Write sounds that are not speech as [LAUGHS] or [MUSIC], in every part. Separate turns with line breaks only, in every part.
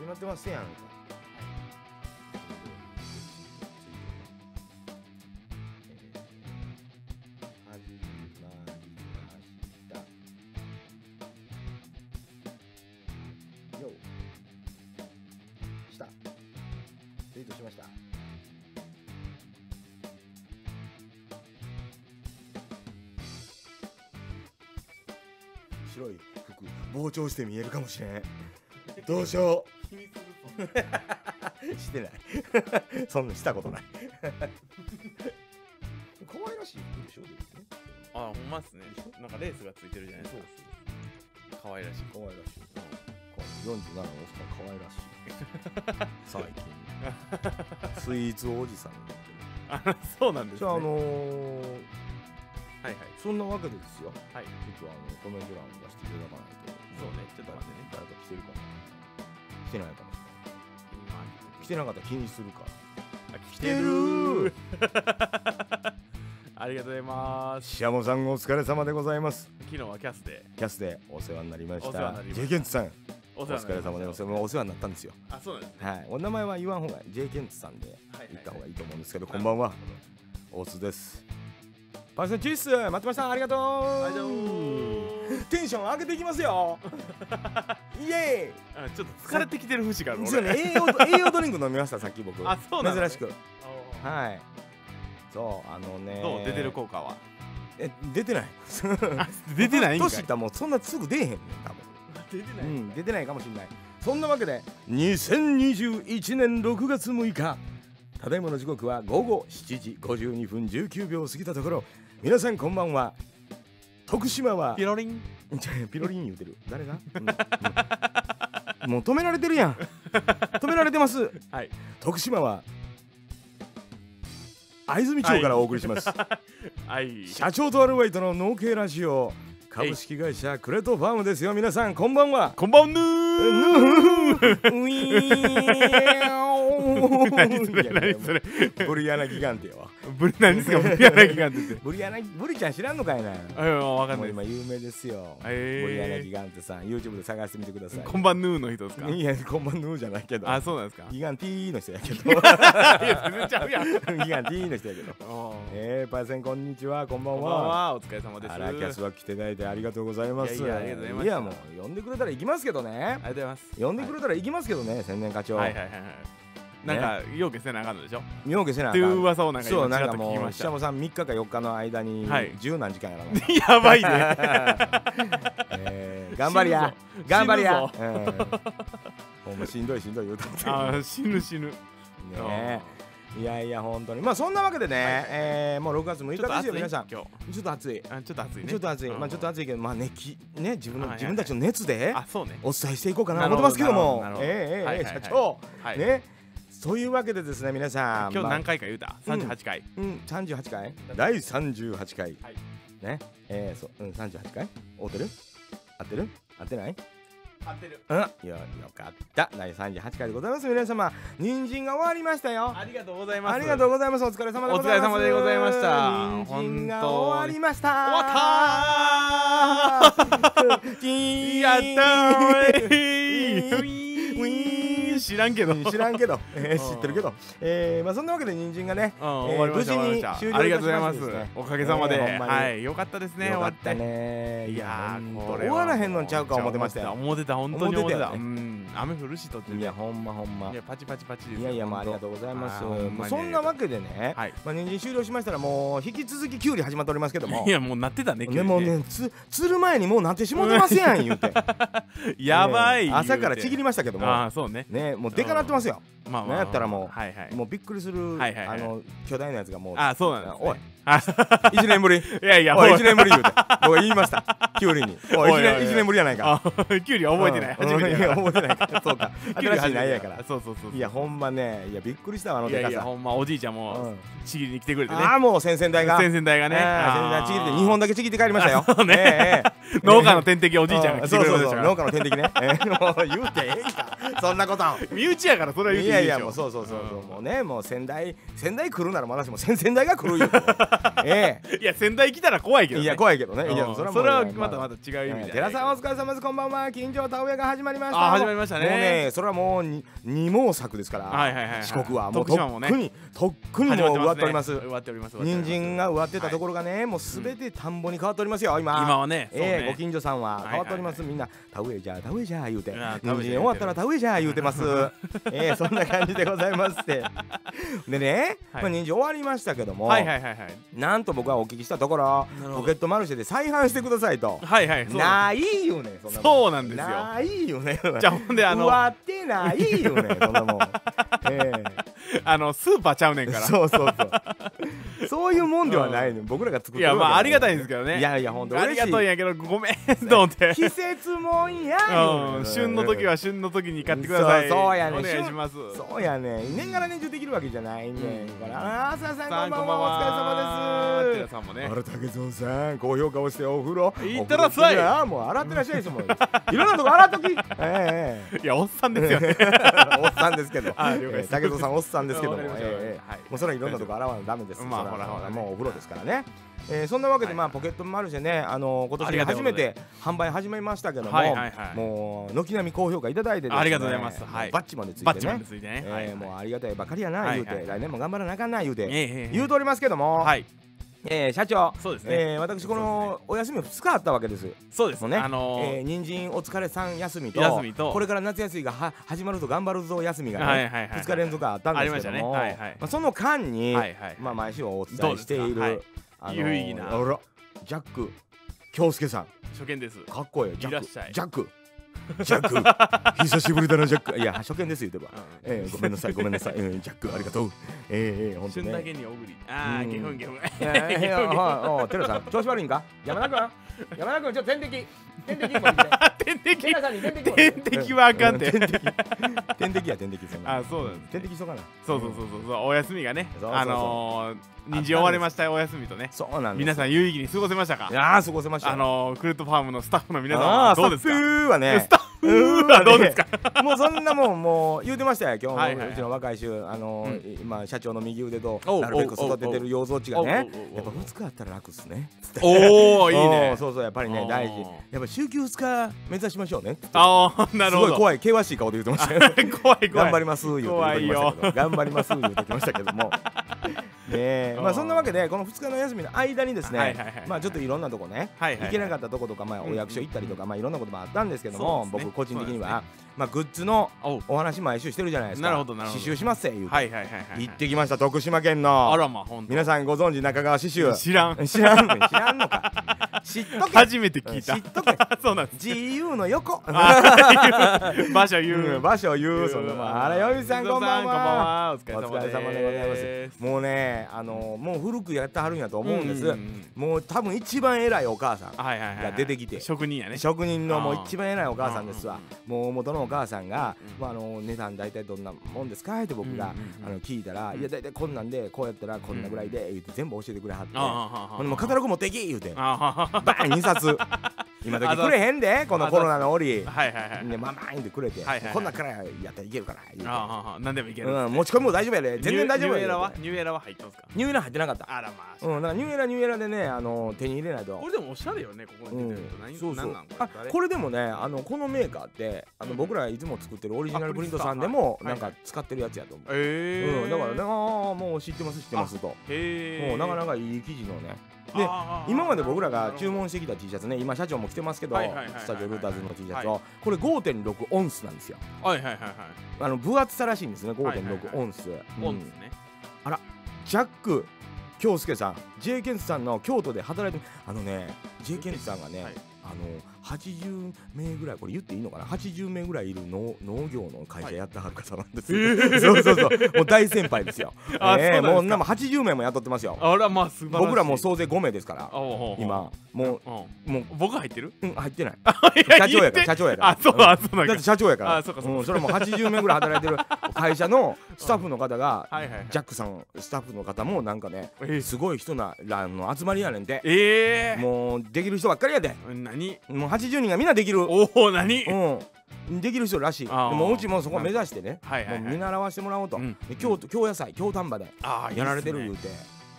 始まってますやんか。始まりました。よう。した。ツイートしました。白い服膨張して見えるかもしれんどうしよう
気にする
してない [LAUGHS] そんなした [LAUGHS] ことない可愛らしい服でしょでもね
とあほんまっすねなんかレースがついてるじゃないですか可愛らしい
可愛らしい47のおっさん可愛らしい最 [LAUGHS] 近スイーツおじさんになってる
あそうなんです
じ
ね
ゃああ
はい
のー、
はい
そんなわけでですよち
はい
ょっとあのコメント欄を出していただかないと
そうねちょっと待ってね
誰か来てるかな来てないかもしれない来てな
今
かったら気にするから
あ
来てる
来ありがとうございます
シャモさんお疲れ様でございます
昨日はキャスで
キャスでお世話になりまし
お世話
た
になりました
J ケンツさん
お
お疲れ様でございますお世話になったんですよ
あそうなんですね
はいお名前は言わん方が J ケンツさんで
はいはい
言った方がいいと思うんですけどこんばんは大津ですパイセンチース松丸さんありがとう
ありがとう
テンション上げていきます
[LAUGHS]
よイエ
あちょっと疲れてきてる節がある
ーイ
俺
そうね栄養栄養ドリンク飲みましたさっき僕
あそうなの
珍しく
あ
はいそうあのね
ーどう出てる
[LAUGHS]
効果は
え出てない
[LAUGHS] あ出てないんかい
年いったらもうそんなすぐ出えへんねん多分
出て
う
ない
ん、出てないかもしれないそんなわけで2021年6月6日ただいまの時刻は午後7時52分19秒を過ぎたところ皆さんこんばんは徳島は [LAUGHS]
ピロリン
ちょピロリン言うてる誰が、うんもう止められてるやん止められてます
はい
徳島は藍住町からお送りします、
はい
社長とアルバイトの農系ラジオ株式会社クレトファームですよ皆さんこんばんは
こんばんぬー
ウィーン
何それ何それ
ブリアナギガンテよ
ブリ何ですかブリアナギガンテって
ブリアナブリちゃん知らんのかいな
あいやわかん
も
な
う
いで
今有名ですよブ
へー
リアナギガンテさん YouTube で探してみてくださ
す
い
こんばんぬーの人ですか
いやこんばんぬじゃないけど
あそうなんですか
ギガンティーの人やけ
[LAUGHS]
どギ
いや全然ちゃうや
[LAUGHS]
ん
ガンティーの人やけど
おー
えー、パイセンこんにちはこんば
こ
ん
んばん
は
はお疲れ様です
あらキャスは来ていただいてありがとうございます
いやいやありがとうございました
やもう呼んでくれたら行きますけどね
ありがとうございます
呼んでくれたら行きますけどね千年課長
はいはいはいはいなんか要件せなあかんのでしょ
妙けせなあ
っ
か
て
ん
いう噂をなんか
そ
今
う
ち
なん
らっ
か
と聞き
もう
まし
シャ
た
モさん3日か4日の間に
はい
十何時間やらな、
[LAUGHS] やばい
[LAUGHS]
ね
えー頑張りや頑張りや
死
うんほんましんどいしんどい言う
[LAUGHS]
とって
あー死ぬ死ぬ
ねいやいや本当にまあそんなわけでね、えーもう6月6日ですよ皆さんち
今日
ょっと暑い
あちょっと暑いね
ちょっと暑いまあちょっと
暑い
暑いけどまあねきね自分の
はいはい
自分たちの熱で
あそうね
お伝えしていこうかな
なる
思っ
ほ
てま
ど
すけども
なるほどなるほ
え
ど
ー
は
え
い
ーえ
はいは
ー
い
社長
はい
ねそういうわけでですね皆さん
今日
まあ
何回か言うた
うん
38回
うん、38回第38回、
はい
ねえー、そう、うん、38回合うてる合ってる合ってない
合ってる
うんよよかった第38回でございます皆様人参が終わりましたよ
ありがとうございます
ありがとう
う
ございますお疲れ様でございます
お疲れ様でございました
人参が終わりました
終わ
わったー
ったーやったー
ウ
ウ
ィ
ィ
ーン
ーンウィーン知らんけど
知らんけど、えー知ってるけど、えーまあ、そんなわけで人参がね、
うん、終わりました
えー無事
終わりまし
に
た
終了
ありがとうございま
いたしましてです
す
ね
おかげさまで、
えーほんまに
はいよかったですね
よ
終
か
わ
っ
ったて
ね
いやー
ほんと
これ
終
は
わらへんのんちゃうか思ってましたよ
思ってた本当に思って
思
た
ってたよね
うん雨降るしとって
い
ね
やほんまほんま
いやパチパチパチです
いやいやもうありがと
う
うございます
あーほんまに
もうそんなわけでね、
はい
まあ人参終了しましたらもう引き続きキュウリ始まっておりますけども
いやもうなってたね
ね
急
もう
にね
ねつ釣る前にもうなってしもてますや
[LAUGHS]
ん言うて
やば
え
い
ー朝からちぎ
り
りましたけど
あ
も
あそうね
ねもうでかなってますよ
まあま
なん
あ
やったらもう
はいはい
もうびっくりする、
はいはいはい
あの巨大なやつがもう
ああそうなんですね
おい
あ
1年ぶり
[LAUGHS] いやいや
おい
ほ
1年ぶり言うて僕は言いましたキュウリにおい
おいおいおい
1, 年一年ぶりやないか
あ [LAUGHS] キュウリは覚えてない
うん
初めてや
い
か
や
ら
覚えてないからそう
[LAUGHS]
か
キュウリ
新しいないやから
そうそうそう
いやほんまねいやびっくりしたわあの
い
で
や
か
いや
さ
ほんまおじいちゃん
う
も
ん
ちぎりに来てくれてね
ああもう先々代が
先々代がね
あー先々代ちぎって2本だけちぎって帰りましたよ
そうね
ええええ
[LAUGHS] 農家の天敵おじいちゃんが来て
そ
く
う
れ
そ
ま
う
した
そ
か
う
ら
農家の天敵ね、ええもう言うてええんかそんなこと
身内やからそれは言
い
うてい
や
い
い
で
や
しょ
もうそうそうそうそうも
うん [LAUGHS]
うねもう先代先代来るならまだしも先々代が来るよえ
いや仙台来たら怖いけ
え
ど、ね、
いや怖いけどね
うん
い
そ
や
れは
もう
またまた違う意味
え
で
ー寺さんお疲れ様ですこんばんは近所田植えが始まりました
あ始まりましたね
もうねそれはもうに二毛作ですから、
はいはいはいはい
四国はもう
徳
と
島も
っ
ね
くにとっくにもう
始ま
終わっております
ね終わっております
人参
が
が植わってたところがね、もうすべて田んぼに変わっておりますよ今
今はねそうね
ええご近所さんは変わっております、
は
みんな田植えじゃ田植えじゃ言うて
う
人
わ
参終わったら田植えじゃ言うて
[LAUGHS]
ますええそんな感じでございますってでね、
はい
まあ、人参終わりましたけども、
はいはいはいはい
なんと僕はお聞きしたところ
なるほど
ポケットマルシェで再販してくださいと
はいはいそうなん
ないよねそんなもん
そうなんですよ
ないよね
じゃあほんであの
わってないよ
[LAUGHS]
ねそんなもん、ええ
あのスーパーちゃうねんから
そうそうそう。そういうもんではないの。僕らが作って
いやまあありがたい
で
んですけどね
いやいや本当
あり
嬉
が
し
とう
い。
んやけどごめんと思って
季節もんや。
うん旬の時
は。
は旬の時に買ってください
そうそうやね
お願いします
そうやね。年がら年中できるわけじゃないね。
うん
から、あーさあさんこ
さん
ん
こ
ば
ん
ん
ばん
は
は
お疲れ様
寺
です。
さんも
あ
ね
ら竹蔵さん高評価をしてお風呂
行ってらっしゃい
お風呂あーもう洗ってらっしゃいですもんいろんなとこ洗っときええええ
いやおっさ
[LAUGHS]
んですよね
おっさんですけど、
あ了解です
えー竹蔵さんおっさんですけども、
わ
え
かりました
ーえー
[LAUGHS] はい
もうそれはいろんなとこ洗わないとダメです。
まあ
それは
ほらほらね
もうお風呂ですからね。えーそんなわけで、
はい
まあポケットマルシェね、あのー今
あり
年
がと
初
うござ
め
います
て販売始めましたけども、
はいはいはい
もう軒並み高評価いただいてですね、
ありがとうございますはい
バッチまでつい
バッチ
て
マン
ね
で。ついてね
えー
はい
もうありがたいばかりやな、
は
言
い
うて、
はい
来年も頑張らなあかんな言うて、
ええ
言うとおりますけども、
はい
えー社長、
そうですね
えー私このお休み2日あったわけです。
そうです
もうね、
あのー
えー人参お疲れさん休みと
休みと
これから夏休みがは始まると頑張るぞ休みがね、
はいはいはい
2日連続あったんですけども、
ありましたねはいはい
まあ、その間に、
はいはい
まあ、毎週お伝えしている、
どうです
あの
有意義
あ
な
らジャック京介さん
初見です
かっこいいジャ
いら
ッ
っ
ク
しゃい
ジャックジャッ
[LAUGHS]
ク久しぶりだなジャックいや初見です言ってば、
うん
えーごめんなさいごめんなさい、うんジャックありがとうえーえー、本当
旬だ
ね
けにおぐりああ
うん
ゲフンゲフン
えー、いやおいおいテラさん調子悪いんか山田君山田君ちょっと点滴点滴持ってきて
[LAUGHS] 天敵
さんに点滴
[LAUGHS] 天 [LAUGHS] 敵はあかんて
天敵天敵や天敵そんな
あそうなんです
天敵しとかな
そうそうそうそうそうお休みがね
そうそうそう
あのー人参終わりましたお休みとね
そうなんです
皆さん有意義に過ごせましたか
いやー過ごせました
あのークルットファームのスタッフの皆さん
あ
は
ー
どうです
スタ
か
ッフはね
スタッフはどうです
かもうそんなもんもう言うてましたよ今日も
はいはいはいう
ちの若い衆あのー今社長の右腕と
おう
なるべく育ててる養蔵地がねやっ
おうおうおうおう
ぱ2日あったら楽っすねつって
[LAUGHS] おおいい
お
ね
ーそうそうやっぱりね大事
おー
やっぱ週休2日目指しましょうねって
ああ
す
なるほ
ごい
ど
怖い険しい顔で言ってましたよ
い [LAUGHS] 怖い怖
[LAUGHS]
い
頑張ります言うて言うてきましたけど頑張ります言うてきましたけど
[LAUGHS]
もねえま
う
あ
ん
そんなわけでこの2日の休みの間にです
はいはいはい
ねまあちょっといろんなとこね
はいはいはい
行けなかったとことかまあお役所行ったりとかまあいろんなこともあったんですけど
そ
も
うですね
僕個人的に
そうで
はまあグッズの
おう
お話毎週してるじゃないですか
なるほどなるほど
刺繍しますせ言うて
はいはいはいはい
行ってきました徳島県
あ
の
らまほんと
皆さんご存知中川刺繍
知らん
知らんの知らんの
[LAUGHS]
か知っとけ
初めて聞いた
知っとけ
[LAUGHS] そうなんです
GU の横 [LAUGHS]
あー場所言う
うん場所言うそんなもんあれよみさんこんばんは
はこんばん
お
はお
疲
疲れ
れ様で
様で
ござ
ござい
い
ま
ますすもうねあのもう古くやってはるんやと思うんです、
うんうんうん
もう多分一番偉いお母さん
はいはいはいはい
が出てきて
職人やね
職人のも
あ
う
ー
一番偉いお母さんです
う
わ
ん、
もう元のお母さんが、
うん
まあ、あの値段大体どんなもんですかって僕が、
うんうんうん
あの聞いたら、
うん
いや大体こんなんでこうやったらこんなぐらいで、言って全部教えてくれはって、
ああああ
ほんでもうカタログ持っていき言うて、
あはは
バーン2冊今時くれへんでこのコロナの折
はいはいはい
でまあまあ言ってくれて、
はいはいはい
こんなんからやったらいけるから言うて
あはは何でもいける
うん、持ち込みも大丈夫やで全然大丈夫や
ニ
で
ューエラはニューエラは入ったんすか
ニューエラ入ってなかった
あらまあ
うん、だからニューエラニューエラでね、あの手に入れないと
こ。れでもおしゃれよねここ
う
に
ん
出てると何、
そうそう
何なんこれ
あこれでもねあのこのメーカーってあの、
うん
僕らいつも作ってるオリジナ
あ
ル
プ
プ
リ
リ
ン
ン
ト
ト
さ
さ
ん
んでも、
は
な
い
んか使ってるやつやと思う、
ええ
うん、だからねああもう知ってます知ってますと、
へえ
もうなかなかいい生地のねで
あー
今まで僕らが注文してきた T シャツね今社長も着てますけど、
はいはいはいはいはい
スタジオルーターズの T シャツを、
は
これ5.6オンスなんですよ
はいはいはいはい
あの分厚さらしいんですね
はいはいはい
5.6オンス、うん
オンですね
ジャック京介さん J ケンスさんの京都で働いてあのね J ケンスさんがね、
はい
あの80名ぐらいこれ言っていいのかな80名ぐらいいる農農業の会社やってはる方なんですよ、 [LAUGHS] そうそうそうもう大先輩ですよ
[LAUGHS] あ
ええ
そうなんですか
もうなんも80名も雇ってますよ
あらまあ素晴らしい
僕らもう総勢5名ですから
あおうおうおう
今も
う
うもうん
僕入ってる
うん入って
[LAUGHS]
ない [LAUGHS]
社
社長やから社長やから
あそうだそう
だ
だ
って社長やから
あそうかそうか
ん、それはもう80名ぐらい働いてる [LAUGHS] 会社のスタッフの方が、
はいはいはい
ジャックさんスタッフの方もなんかね
えー
すごい人ならの集まりやねんて
ええ
もうできる人ばっかりやで
何
もう80人がみんなできるう
おお何
んできる人らしいで
あー
もううちもそこ目指してね
はいはいはい
もう見習わしてもらおうと
うん
で京都京野菜京丹波で
ああ
やられてる言うて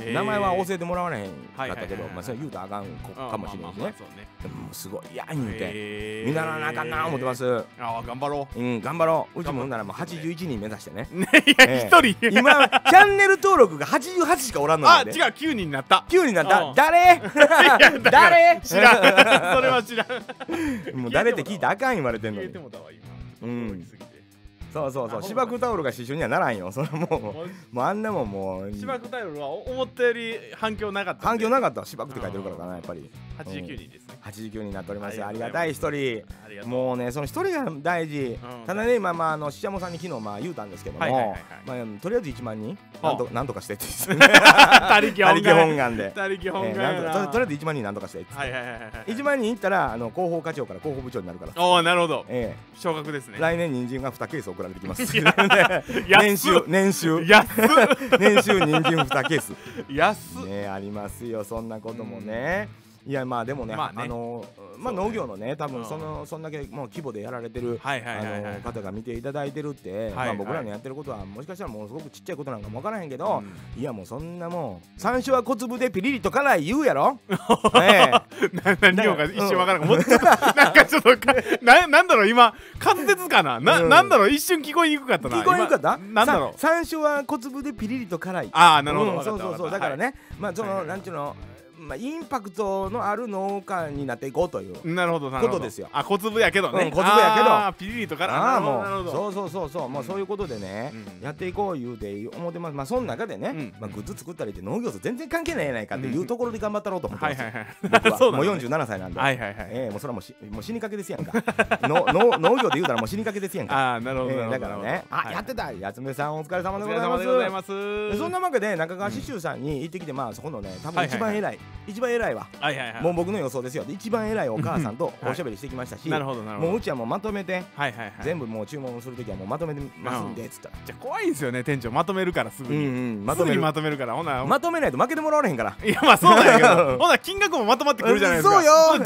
えー
名前は教えてもらわれへんかった
はいは
け
いはい
ど
はい
まあそれは言うとあかんこ
あ
かもしれないですね
まあまあまあそうね
でもすごいいや言うて
えー
見習わなあかんな思ってます
ああ頑張ろ
うん頑張ろううちもほんならもう
頑張って
81人目指してね
う [LAUGHS] いや
ええ
一人
今チャンネル登録が88しかおらんのな
あ
ん
違う
で
9人になった
9人なん
う
だ
ん [LAUGHS]
誰誰
知ら
[LAUGHS]
んそれは知らん
もう誰って聞いたらあかん言われてんの
消え
に
てもたわ今
うん
驚きすぎて
そうそうそ
あ
う芝生タオルが刺繍にはならんよそれはも
もう
うもうあんなもんもう
芝生タイルは思ったより反響なかったんで
環境なかったら芝生って書いてるからかなやっぱり
89人ですね
89人になっておりますあ
あ
り
り
が
が
た
た
い
い
一人
ありがとう
もうねその一人が大事、
うん
ただね今まああのししゃもさんに昨日まあ言うたんですけども、
はいはいはい
まあとりあえず1万人な
はあ
んとなんとかしてって言って
他
[LAUGHS]
力
他
本
力本
願
願で、
他力
え
本
ー
願
なん
や
と
な
かととりあえず1万人なんとかしてって、
はいはいはいはいはい
1万人いったらあの広報課長から広報部長になるから、
おおなるほど
え
昇格です
え
ね
来年人参が2ケース送られてきます
い
[LAUGHS]
や
年収年収
安っ
年収人参2ケース
安っ
ねありますよそんなこともね、いやまあでもね,、
ま
あ
あね
のまあ、
そうね
農業のね多
う
分
ん
その、そんだけもう規模でやられてる、
はいはいはいは
あ
い
の方が見ていただいてるって、
い
ま
は
あ、
い
僕らのやってることはもしかしたらもうすごくちっちゃいことなんかもわからへんけど、
うん
いやもうそんなもん山椒は小粒でピリリと辛い言うや
[LAUGHS]
ろね
[LAUGHS] な何をか一瞬わからんもうちょっと [LAUGHS] なんかちょっとかななんだろう今滑舌かなな
うん
なんだろう一瞬聞こえにくかっ
え
たな
聞こえんかった
今なんだろう
さ山椒は小粒でピリリと辛い
ああなるほど
うん
わか
そ
っ
う
た
そう
わ
そう
か
だ
った
からね、まあその、
はい
なんちゅうの、まあ、インパクトのある農家になっていこうという
はいなるほどなるほど
ことですよ
あ小粒やけどね
うん小粒やけど
あーピリリとから
ああ
なる
も
ほ
う
ど
そうそうそうそうもうそういうことでね、
うん
やっていこう言うて思ってますまあその中でね、
うん
まあ、グッズ作ったりって農業と全然関係ないやないかっていうところで頑張ったろうと思って
は
ま
い
す、
はいはい
僕は
そうな
も
の
う
ね
47歳なんで、
はいはいはい
ええもうそれはもうしもう死にかけですやんかのの農業で言うたらもう死にかけですやんか、
[LAUGHS] ああなる
え
ほどな
え
るほ
だ
ど
から
なる
ね
ほど
あ、
はい
やってた八つさんお疲れ様
お
で
疲
ご
れ
ざい
様
ます
でございます
そんなわけで中川志修さんに行ってきて、まあそこのね多分一番偉い,、一番偉いわ
はいはいはい
もう僕の予想ですよで一番偉いお母さんとおしゃべりしてきましたし、
なるほどなるほど
もううちはもうまとめて
はいはいはい
全部もう注文するときはもうまとめてますんでっつったら、
じゃあ怖いんですよね店長まとめるからすぐ
うん
に
うん
ま
ま
と
と
め
める
るまとめるからほな
まとめないと負けてもらわれへんから
いやまあそうなんやけ
[LAUGHS]
どほな金額もまとまってくるじゃないです
そ
か
う
[LAUGHS]
よ [LAUGHS]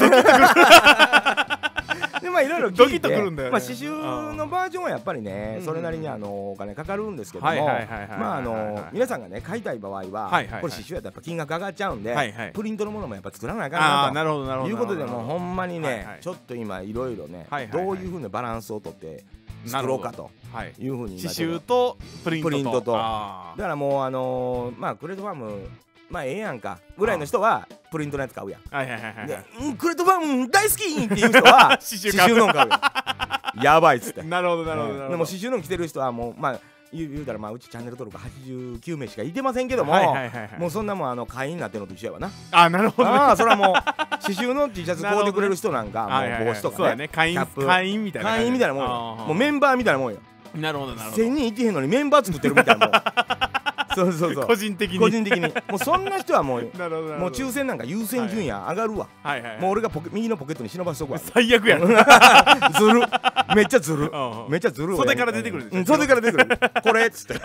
でまあいろいろ
ド
聞
キ
い
ッと
て
くるんだよね
まあ刺繍のバージョンはやっぱりね
うん
それなりにあのお金かかるんですけども
はいはいはいはいはい
まああの皆さんがね買いたい場合はこれ
はいはい
刺繍やったらやっぱ金額上がっちゃうん
はいは
で
い
プリントのものもやっぱ作らなあかん
あ
な
あ
と
なるほどなるほど
いうことでもうほんまに
はいは
ね
い
ちょっと今いろいろね
はいはいはい
どういうふうなバランスをとって作ろうかと
はい
いうふうに
刺
今
繍とプリントと
プリントと
あー
だからもうあのーまあクレートファームまあええやんかぐらいの人はプリントのやつ買うやん
はいはいはいはい
でうんクレートファーム大好きっていう人は
[LAUGHS] 刺
刺
繍買う
繍のん買うやんやばいっつって
[LAUGHS] なるほどなるほど
うん
なるほど
でも刺繍のん着てる人はもうまあ言う言うたらまあうちチャンネル登録89名しかいてませんけども、
はいはいはいはい
もうそんなもんあの会員になってるのと一緒やわな
あなるほどね
ああそれはもう [LAUGHS] 刺繍の T シャツ買うてくれる人なんか
はいはいはい
もう帽子と
そう
か
だ
ね
ね会
キャ
員
ップ
会員みたいな感じ
会員みたいなもんよ
あー
もうメンバーみたいなもんよ
なるほどなるほ
1000人いてへんのにメンバー作ってるみたいなもん
[LAUGHS]
そうそうそ
ど
う
個人的に
個人
[LAUGHS]
的にもうそんな人はもう
なるほどなるほど
もう抽選なんか優先順位上がるわ、
はいはいはい
もう俺がポケ右のポケットに忍ばし
[LAUGHS]
とくわず
最悪やな
るめっちゃずる
うんうん
めっちゃずる
袖から出てくるんです
う
よ
ん、袖から出てく
[LAUGHS]
るこれっつって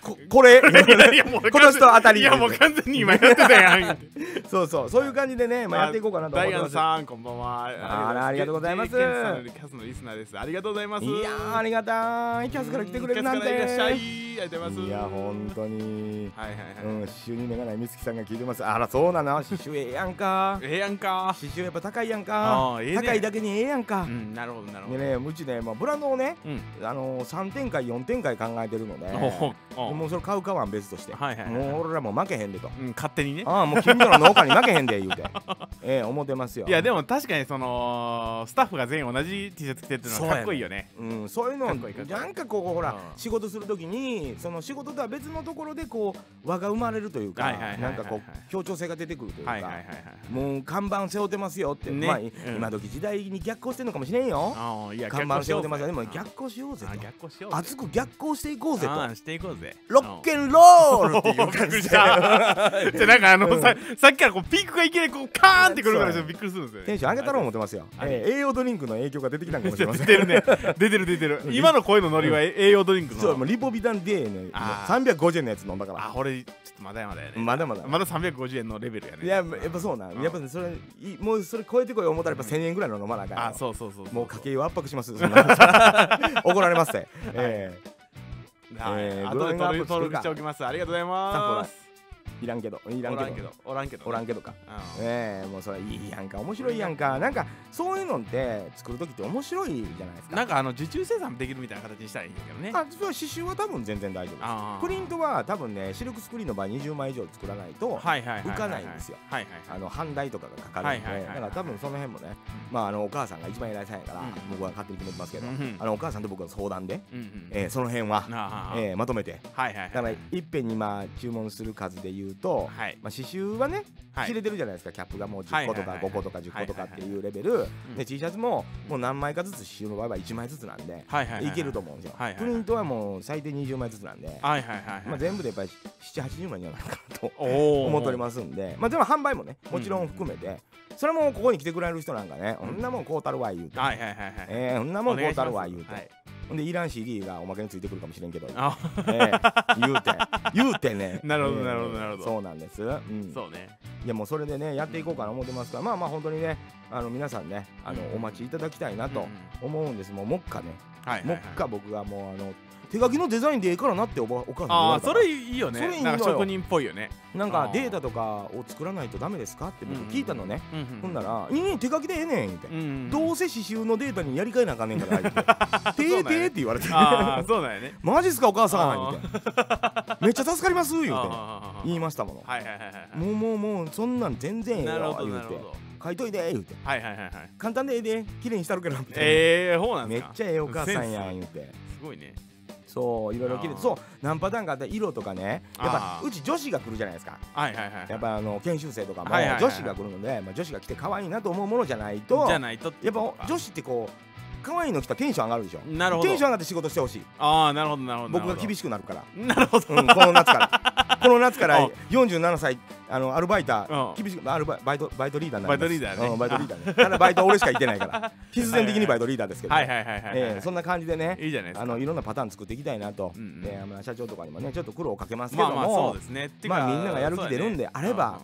ここれ
いやもう完全に
この人当たり
いやもう完全に今やってたやん [LAUGHS]
そうそうそういう感じでね、まあ、やっていこうかなと思
ダ
って
イア
ま
ン
す
さんこんばんは
あーありがとうございます
ゲゲンさんよりキャスのリスナーですありがとうございます
いやーありがたいキャスから来てくれるなんて
キャスからいらっしゃいありがとうございます
いや本当に
はいはいはい
うん刺繍に目がない美月さんが聞いてますあらそうなの刺繍ええやんか
ええやんか
刺繍やっぱ高いやんか
あーええね
高いだけにええやんか
う、んなるほどなるほ
で
ど
ねうちね、まあ、ブランドをね
うん
あのー、3展開4展開考えてるので
おおお
もうそれ買う買わん別として、
はいはいはい
もう俺らもう負けへんでと、
うん勝手にね
ああもう近所の農家に負けへんで言うてええ思ってますよ
いやでも確かにそのスタッフが全員同じ T シャツ着てっていうのはかっこいいよね
うん、そういうの
か
を
っこいいかっこいい
なんかこうほら
うん
仕事するときにその仕事とは別のところでこう輪が生まれるというか
はいはいはいはい
な
は
ん
い
かこう協調性が出てくるというか、
はいはいはいはい
もう看板背負ってますよって、
ね
まあ、
うん
今時時代に逆行してるのかもしれんよ
ああいや
看板背負ってますよで
ね
も逆行しようぜ
あ
と
逆行しようぜ
熱く逆行していこうぜ
あ
と
あしていこうぜ
ロッケンロールっていう
[LAUGHS] びっ
感
くり
じ
し
で [LAUGHS]
た。じゃなんかあのささっきからこうピークがいきなりこうカーンってくるからちょっとびっくりするんですよね。
テンション上げたろう思ってますよ、
あれ
えー栄養ドリンクの影響が出てきたんかもし
ち
れ
ょ
ま
っ
せ
と
ん
出てるね。出てる出てる。今の声のノリは栄養ドリンク
[LAUGHS] そうも
の。
うリポビタン D の
あ
350円のやつ飲んだから
あ俺ちょっとまだまだやね。
まだまだ
まだ350円のレベルやね。
いややっぱそうなん
うん
やっぱねそれいもうそれ超えてこい思ったらやっぱ1000円ぐらいの飲まなあかんよ
あそうそうそうそ。
もう家計を圧迫しますそん
[LAUGHS]
な怒られますってええ
はい
えー
後
ドラ
で
イブアップ
登録
するか
登録しておきます。ありがとうございます。
いらんけどいら
お
んけ
ら
ど
んけどおらんけど
おらんけどか
うん
ええもうそれいいやんか面白いやんかなんかそういうのって作る時って面白いじゃないですか
なんかあの受注生産できるみたいな形にしたらいいんだけどね
あ実は刺繍は多分全然大丈夫です
あー
プリントは多分ねシルクスクリーンの場合20枚以上作らないと、
はいはいはは
浮かないんですよ
はいはいはい
あの判題とかがかかるんで、
はいはいはいは
だ
い
から多分その辺もね、
うん
まあ、あのお母さんが一番偉いさんやから、
うん
僕は勝手に決めてますけど、
うん
あのお母さんと僕の相談で、
うんうん
えーその辺は、
あー
えーまとめて
はいはいはい
だからいっぺんにまあ注文する数で言うと、
はい
まあ、刺繍はね
はい
切れてるじゃないですかキャップがもう10個とか
はいはいはい
5個とか10個とか
は
っ
いはいはい
ていうレベル
うん
で T シャツももう何枚かずつ刺繍の場合は1枚ずつなんで
はいはいはい
いけると思うんですよ
はいはい
プ
はい
リントはもう最低20枚ずつなんで
はいはいはいはい
まあ、全部でやっぱり780万にはなるかなと
お
思っており
す
ますんで、まあ、でも販売もねもちろん含めて、それもここに来てくれる人なんかね、
うん
こんなもんこうたるわ言うて、
はいはいはいはい
えー、こんなもんこうたるわ言う
お
て、
願いします
ほんでいらん CD がおまけについてくるかもしれんけど、え
はいあ
ー言
[LAUGHS]
うて言うてね
なるほど
えー
なるほどなるほど
そうなんです、うん、
そうね
いやもうそれでねやっていこうかな思ってますから、まあまあ本当にねあの皆さんねあの
うん
お待ちいただきたいな
う
と
ん
思うんですもうもっかね
はいはい
も
は
っ
い
か僕がもうあの手書きのデザインでええからなっておばお母さんに言わ
ああ
れたか
そ
ら
れいいよ
そ
ね
れいいの
な
よ
んか職人っぽいよね
なんか
あー
データとかを作らないとダメですかって僕聞いたのね、
うんうん
ほんなら「いいね手書きでええねん」みたいな、
ん
ど
う
うせ刺繍のデータにやり替えなあかんねんから」っ
[LAUGHS]
て「て
そう
ー
なんや
てー」って言われて
ああ
「
そうだよね
マジっすかお母さ
あ
ん」み
ー
たいな「めっちゃ助かります」言うて
ああ
言いましたもの、
はいはいはいはい
もうもうもうそんなん全然ええ
なる
よ
ほど
言う
なるほ
て
ど
「書いといて」言うて
はいはいはいはい
「簡単でええで綺麗にしたるから」みたいな。
ええほうなん
め
です
っ
か
ちゃええお母さんや
セ
ん
ン
言うて
スすごいね
そういろいろ綺麗
あー
そう何パターンかあって色とかねやっぱ
あー
うち女子が来るじゃないですか
はいはいはいはい
やっぱあの研修生とかも
はいはいはい
女子が来るので、まあ、女子が来て可愛いなと思うものじゃないと
じゃ
や
ないとって
っぱ女
子
子ってこう可愛いの来たらテンション上がるでしょ
なるほど
テンション上がって仕事してほしい
ああなるほどなるほど
僕が厳
し
しくなるから、
いなるほど
うん、この夏
[LAUGHS]
からこの夏か
う
ら
ん
47歳あのアルバイター
うん
厳しくアルバイバイトバイトリーダーになります
バイトリーダーね
うんバイトリーダーねただバイト俺しかいてない
[LAUGHS]
から必然的にバイトリーダーですけど
はいはいはいはい
え
は
え
い
そんな感じでね
いいじゃないです
あ
か
のいろんなパターン作っていきたいなと、
うんうん
でまあ社長とかにもねちょっと苦労をかけますけ
ま
ど
あ
も、
まあそうですねっていうか
まあみんながやる気出るんであれば
そうだね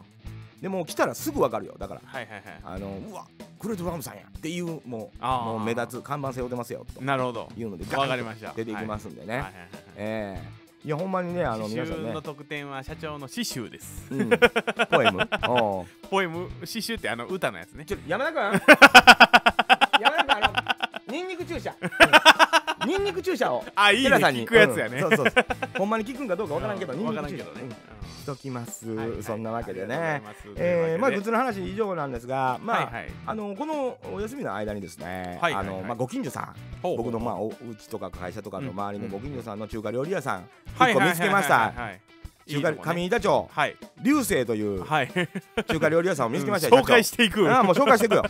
でも来たらすぐ分かるよだから
うんうんはいはいは
あのうわクレートラムさんやっていうもう
あー
もう目立つ看板背負ってますよと
いなるほど
いうので
わ
ガ
か
ン
り
と
ました
出ていきますすんで
は
ね、
いはいはいはい
ええいやほんまにねあの
刺
皆さん
繍
ね
の特典は社長の刺繍です [LAUGHS]
うん、ポエムおう
ポエム刺繍ってあの歌のやつね
ちょ山田君 [LAUGHS] 山田君あのニンニク注射うんニンニク注射を
あいいね
寺さんに
聞くやつやね
うんそうそうそうほんまに聞くんかどうかわからんけど、
う
ニン
わ
ニ
か
ク
らん
注
け
射
どね
うん
う
しときます、
んはいはい
そんなわけでね
ありがとうございます
えーまあグ
というわけ
ッズの話以上なんですがまあ、
はいはい
あのこのお休みの間にですね、
はいはいは
あ
い
のまあご近所さん
ほうほうほう
僕のまあお家とか会社とかの周りの
うん
ご近所さんの中華料理屋さん
は
一
い
個
はい
見つけまし
はい
た
はいはいはい
中華
いいとこね
上板町
はい
流星と
[LAUGHS]
いう
はい
中華料理屋さんを見つけましたよ
紹介してい
社
く
長ああ
は
もう紹介
[LAUGHS]
していくよ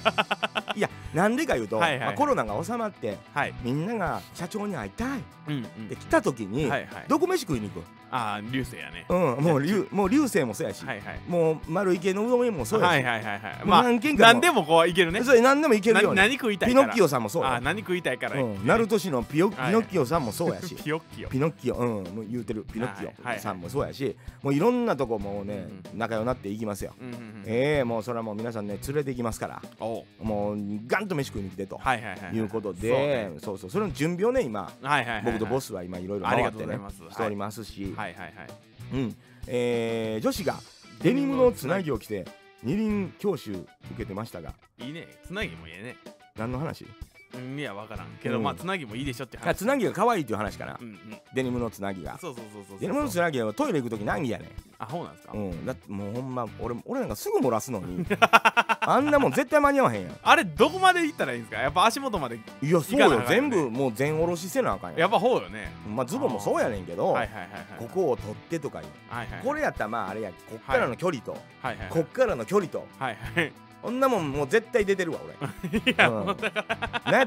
いやなんでか言うと、
はいはいはい
まあ、コロナが収まって
い
みんなが社長に会いたいっ
うん
て来た時に、
うんはいはい
どこ飯食いに行く
ああ流星やね
うん、もう流もう流星もそうやし、
はいはい
もう丸池のうどん屋もそうやし、
はいはいはいはい
もう
まあ
何軒かも
何でもこういけるね
それ何でもいけるよ
な
ね
何食いたい
ピ
か
ノ
ら
ッキオさんもそう
ああ
や、
何食いたいから
うん、ナルト氏のピヨピ
はい
ノッキオさんもそうやし、
ピノッキオ
ピノッキオ、うん、もう言うてるピノッキ
はいは
オ
い
さんもそうやし、もういろんなとこもうね、
うん
仲良くなっていきますよ。
うんうんうん
ええもうそれはもう皆さんね連れて行きますから
おう
もうガンと飯食いに来てと、
はいはいはい
い、うことで
そ
そうう,、
ね
そうそれの準備をね今
はいはいはいはい
僕とボスは今いろいろ
あり
回
が
っ
とう
て
ござい
ね
ます
しておりますし、
はいはいはい
うんえー女子がデニムのつなぎを着て二輪教習受けてましたが
いいねつなぎもいいね
何の話
うんいやわからんけど、
うん
まあつなぎもいいでしょって話
あつなぎが可愛いっていう話かな
うんうん
デニムのつなぎが
そうそうそうそう
デニムのつなぎはトイレ行く時難儀やねん
あそうなんですか、
うん、だってもうほんま俺俺なんかすぐ漏らすのに
[LAUGHS]
あんなもん絶対間に合わへんやん
あれどこまで行ったらいいんですかやっぱ足元まで
いやそう
いかな
よ
あかんよ
全
ね
部もう全おろしせなあかん
や
や
っぱほうよね
んまあズボンもそうやねんけど、
はいはいはいはい
ここを取ってとか言う
はいはい
これやったらまああれやこっからの距離と、
はいはい
こっからの距離と
はいはい
こんなもんもう絶対出てるわ
[LAUGHS]
俺い
や
うん、なんやっ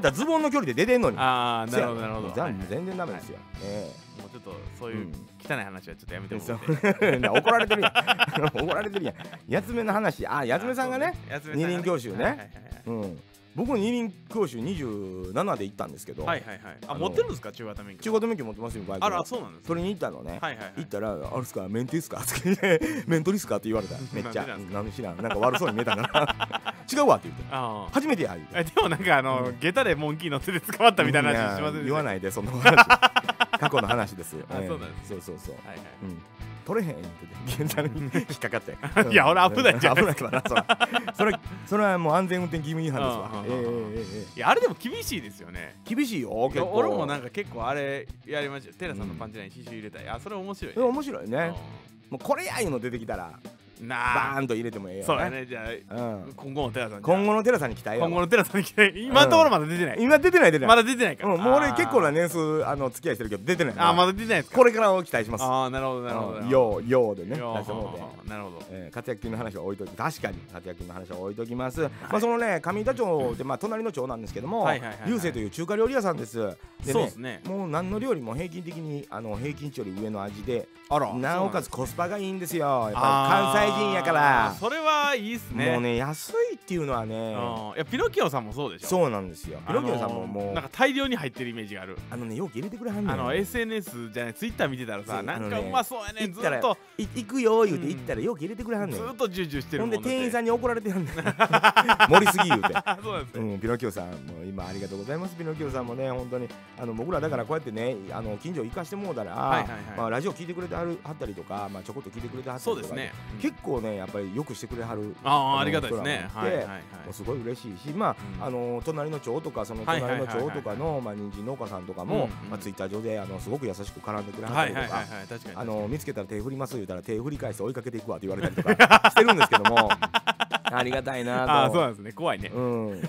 たらズボンの距離で出てんのに
ああなるほどなるほど
じゃあ
はいはい
全然ダメですよ、え
もうちょっとそういう汚い話はちょっとやめて
え [LAUGHS]
もら
そう
って、
怒られてるやん [LAUGHS] 怒られてるやんやつめの話あやつめさんがね
あそうねやつめさんがね
二輪教習ね
はいはいはい
うん、僕二輪教習27で行ったんですけど、
はいはいはいあ
あの
持ってるんですか中型免許
中型免許持ってますよバイク
あらそうなんですか
取りに行ったのね、
はいはいはい
行ったら「あれっすかメンティすか?」 [LAUGHS] って言って「メントリっすか?」って言われためっちゃ
なんでなんす
「何知らんなんか悪そうに見えたから [LAUGHS] 違うわ」って言って「
ああ
初めてや」言うて
えでもなんかあの、下駄でモンキー乗ってて捕まったみたいな話しませんでした [LAUGHS]
言わないでそんな話過去の話です
あそうなんで
ええそうそうそう、
はいはい
うん、取れへんってたらに引っかかって
[LAUGHS] いや俺危ないじゃん
[LAUGHS] 危ないからそれそれそれはもう安全運転義務違反ですわ、
うんうんうんうん
えええええ
いやあれでも厳しいですよね
え厳しいよ結構
俺もなん
か
か結構あれやりましたよテラさんのパンチライン刺繍入れたいあそれ面白いね
面白いね、もうこれやいうの出てきたら
うんな
バ
あ
ーンと入れてもええよ、ね、
そうやねじゃあ
うん
今後のテラさんじゃあ
今後のテラさんに期待よ
今後のテラさんに来て今のところまだ出てない
今出てない出てな
ま
い、
だ出てないから
うん、もう俺結構な
ね
年数あの付き合いしてるけど出てないな
あーまだ出てないですか
これからを期待します
ああなるほどなるほど
うんようようでね出
よう
してもらって
なるほど
えー活躍金の話は置いとき確かに活躍金の話は置いときます、まあそのね上板町ってまあ隣の町なんですけども
はいはいはいはい
流星という中華料理屋さんですで
そうですね
もう何の料理も平均的にあの平均値より上の味で
あら
なおかつコスパがいいんですよやっぱり
あー
関西人やから
それはいいっすね
もうね安いっていうのはね
うんいやピノキオさんもそうでしょ
そうなんですよピロキオさんも
あのー
もう
なんか大量に入ってるイメージがある
あのね容器入れてくれはんねん
あの SNS じゃないツイッター見てたら
そ
さ
う
なん
あ
か
のね
うまそうやね
行
ず
ったら
っと
い行くよ言うて行ったら容器入れてくれはんねん
ずっとジュージューしてる
ほ
も
ん
んだ
で
って
店員さんに怒られてはん
[LAUGHS]
ねん盛りすぎ言うて
そうなんです
う
ね
ん、ピノキオさんも今ありがとうございますピノキオさんもね本当にあの僕らだからこうやってねあの近所行かしてもうたら、
はいはい
ま
は
あ、ラジオ聞いてくれてはるはったりとか、まあ、ちょこっと聞いてくれてはっ
い
たり
そう
とか
ですね
結構ねやっぱりよくしてくれはる
あ
あの
あありがたいですね
人ら
は
もい
い
て
はいはい
もうすごい嬉しいし、まあ
う
あ
ん
の隣の町とかその
はいはいは
隣
い
の
はい
町とかの、まあ、人参農家さんとかも、
うんうん
まあ、ツイッター上であのすごく優しく絡んでくれはった
は
り
い
と
はい
か、
はいはい確かに
あの見つけたら手振ります言うたら手振り返して追いかけていくわって言われたりとか [LAUGHS] してるんですけどもありがたいなと
[LAUGHS] ああそうなんですね怖いね
うん、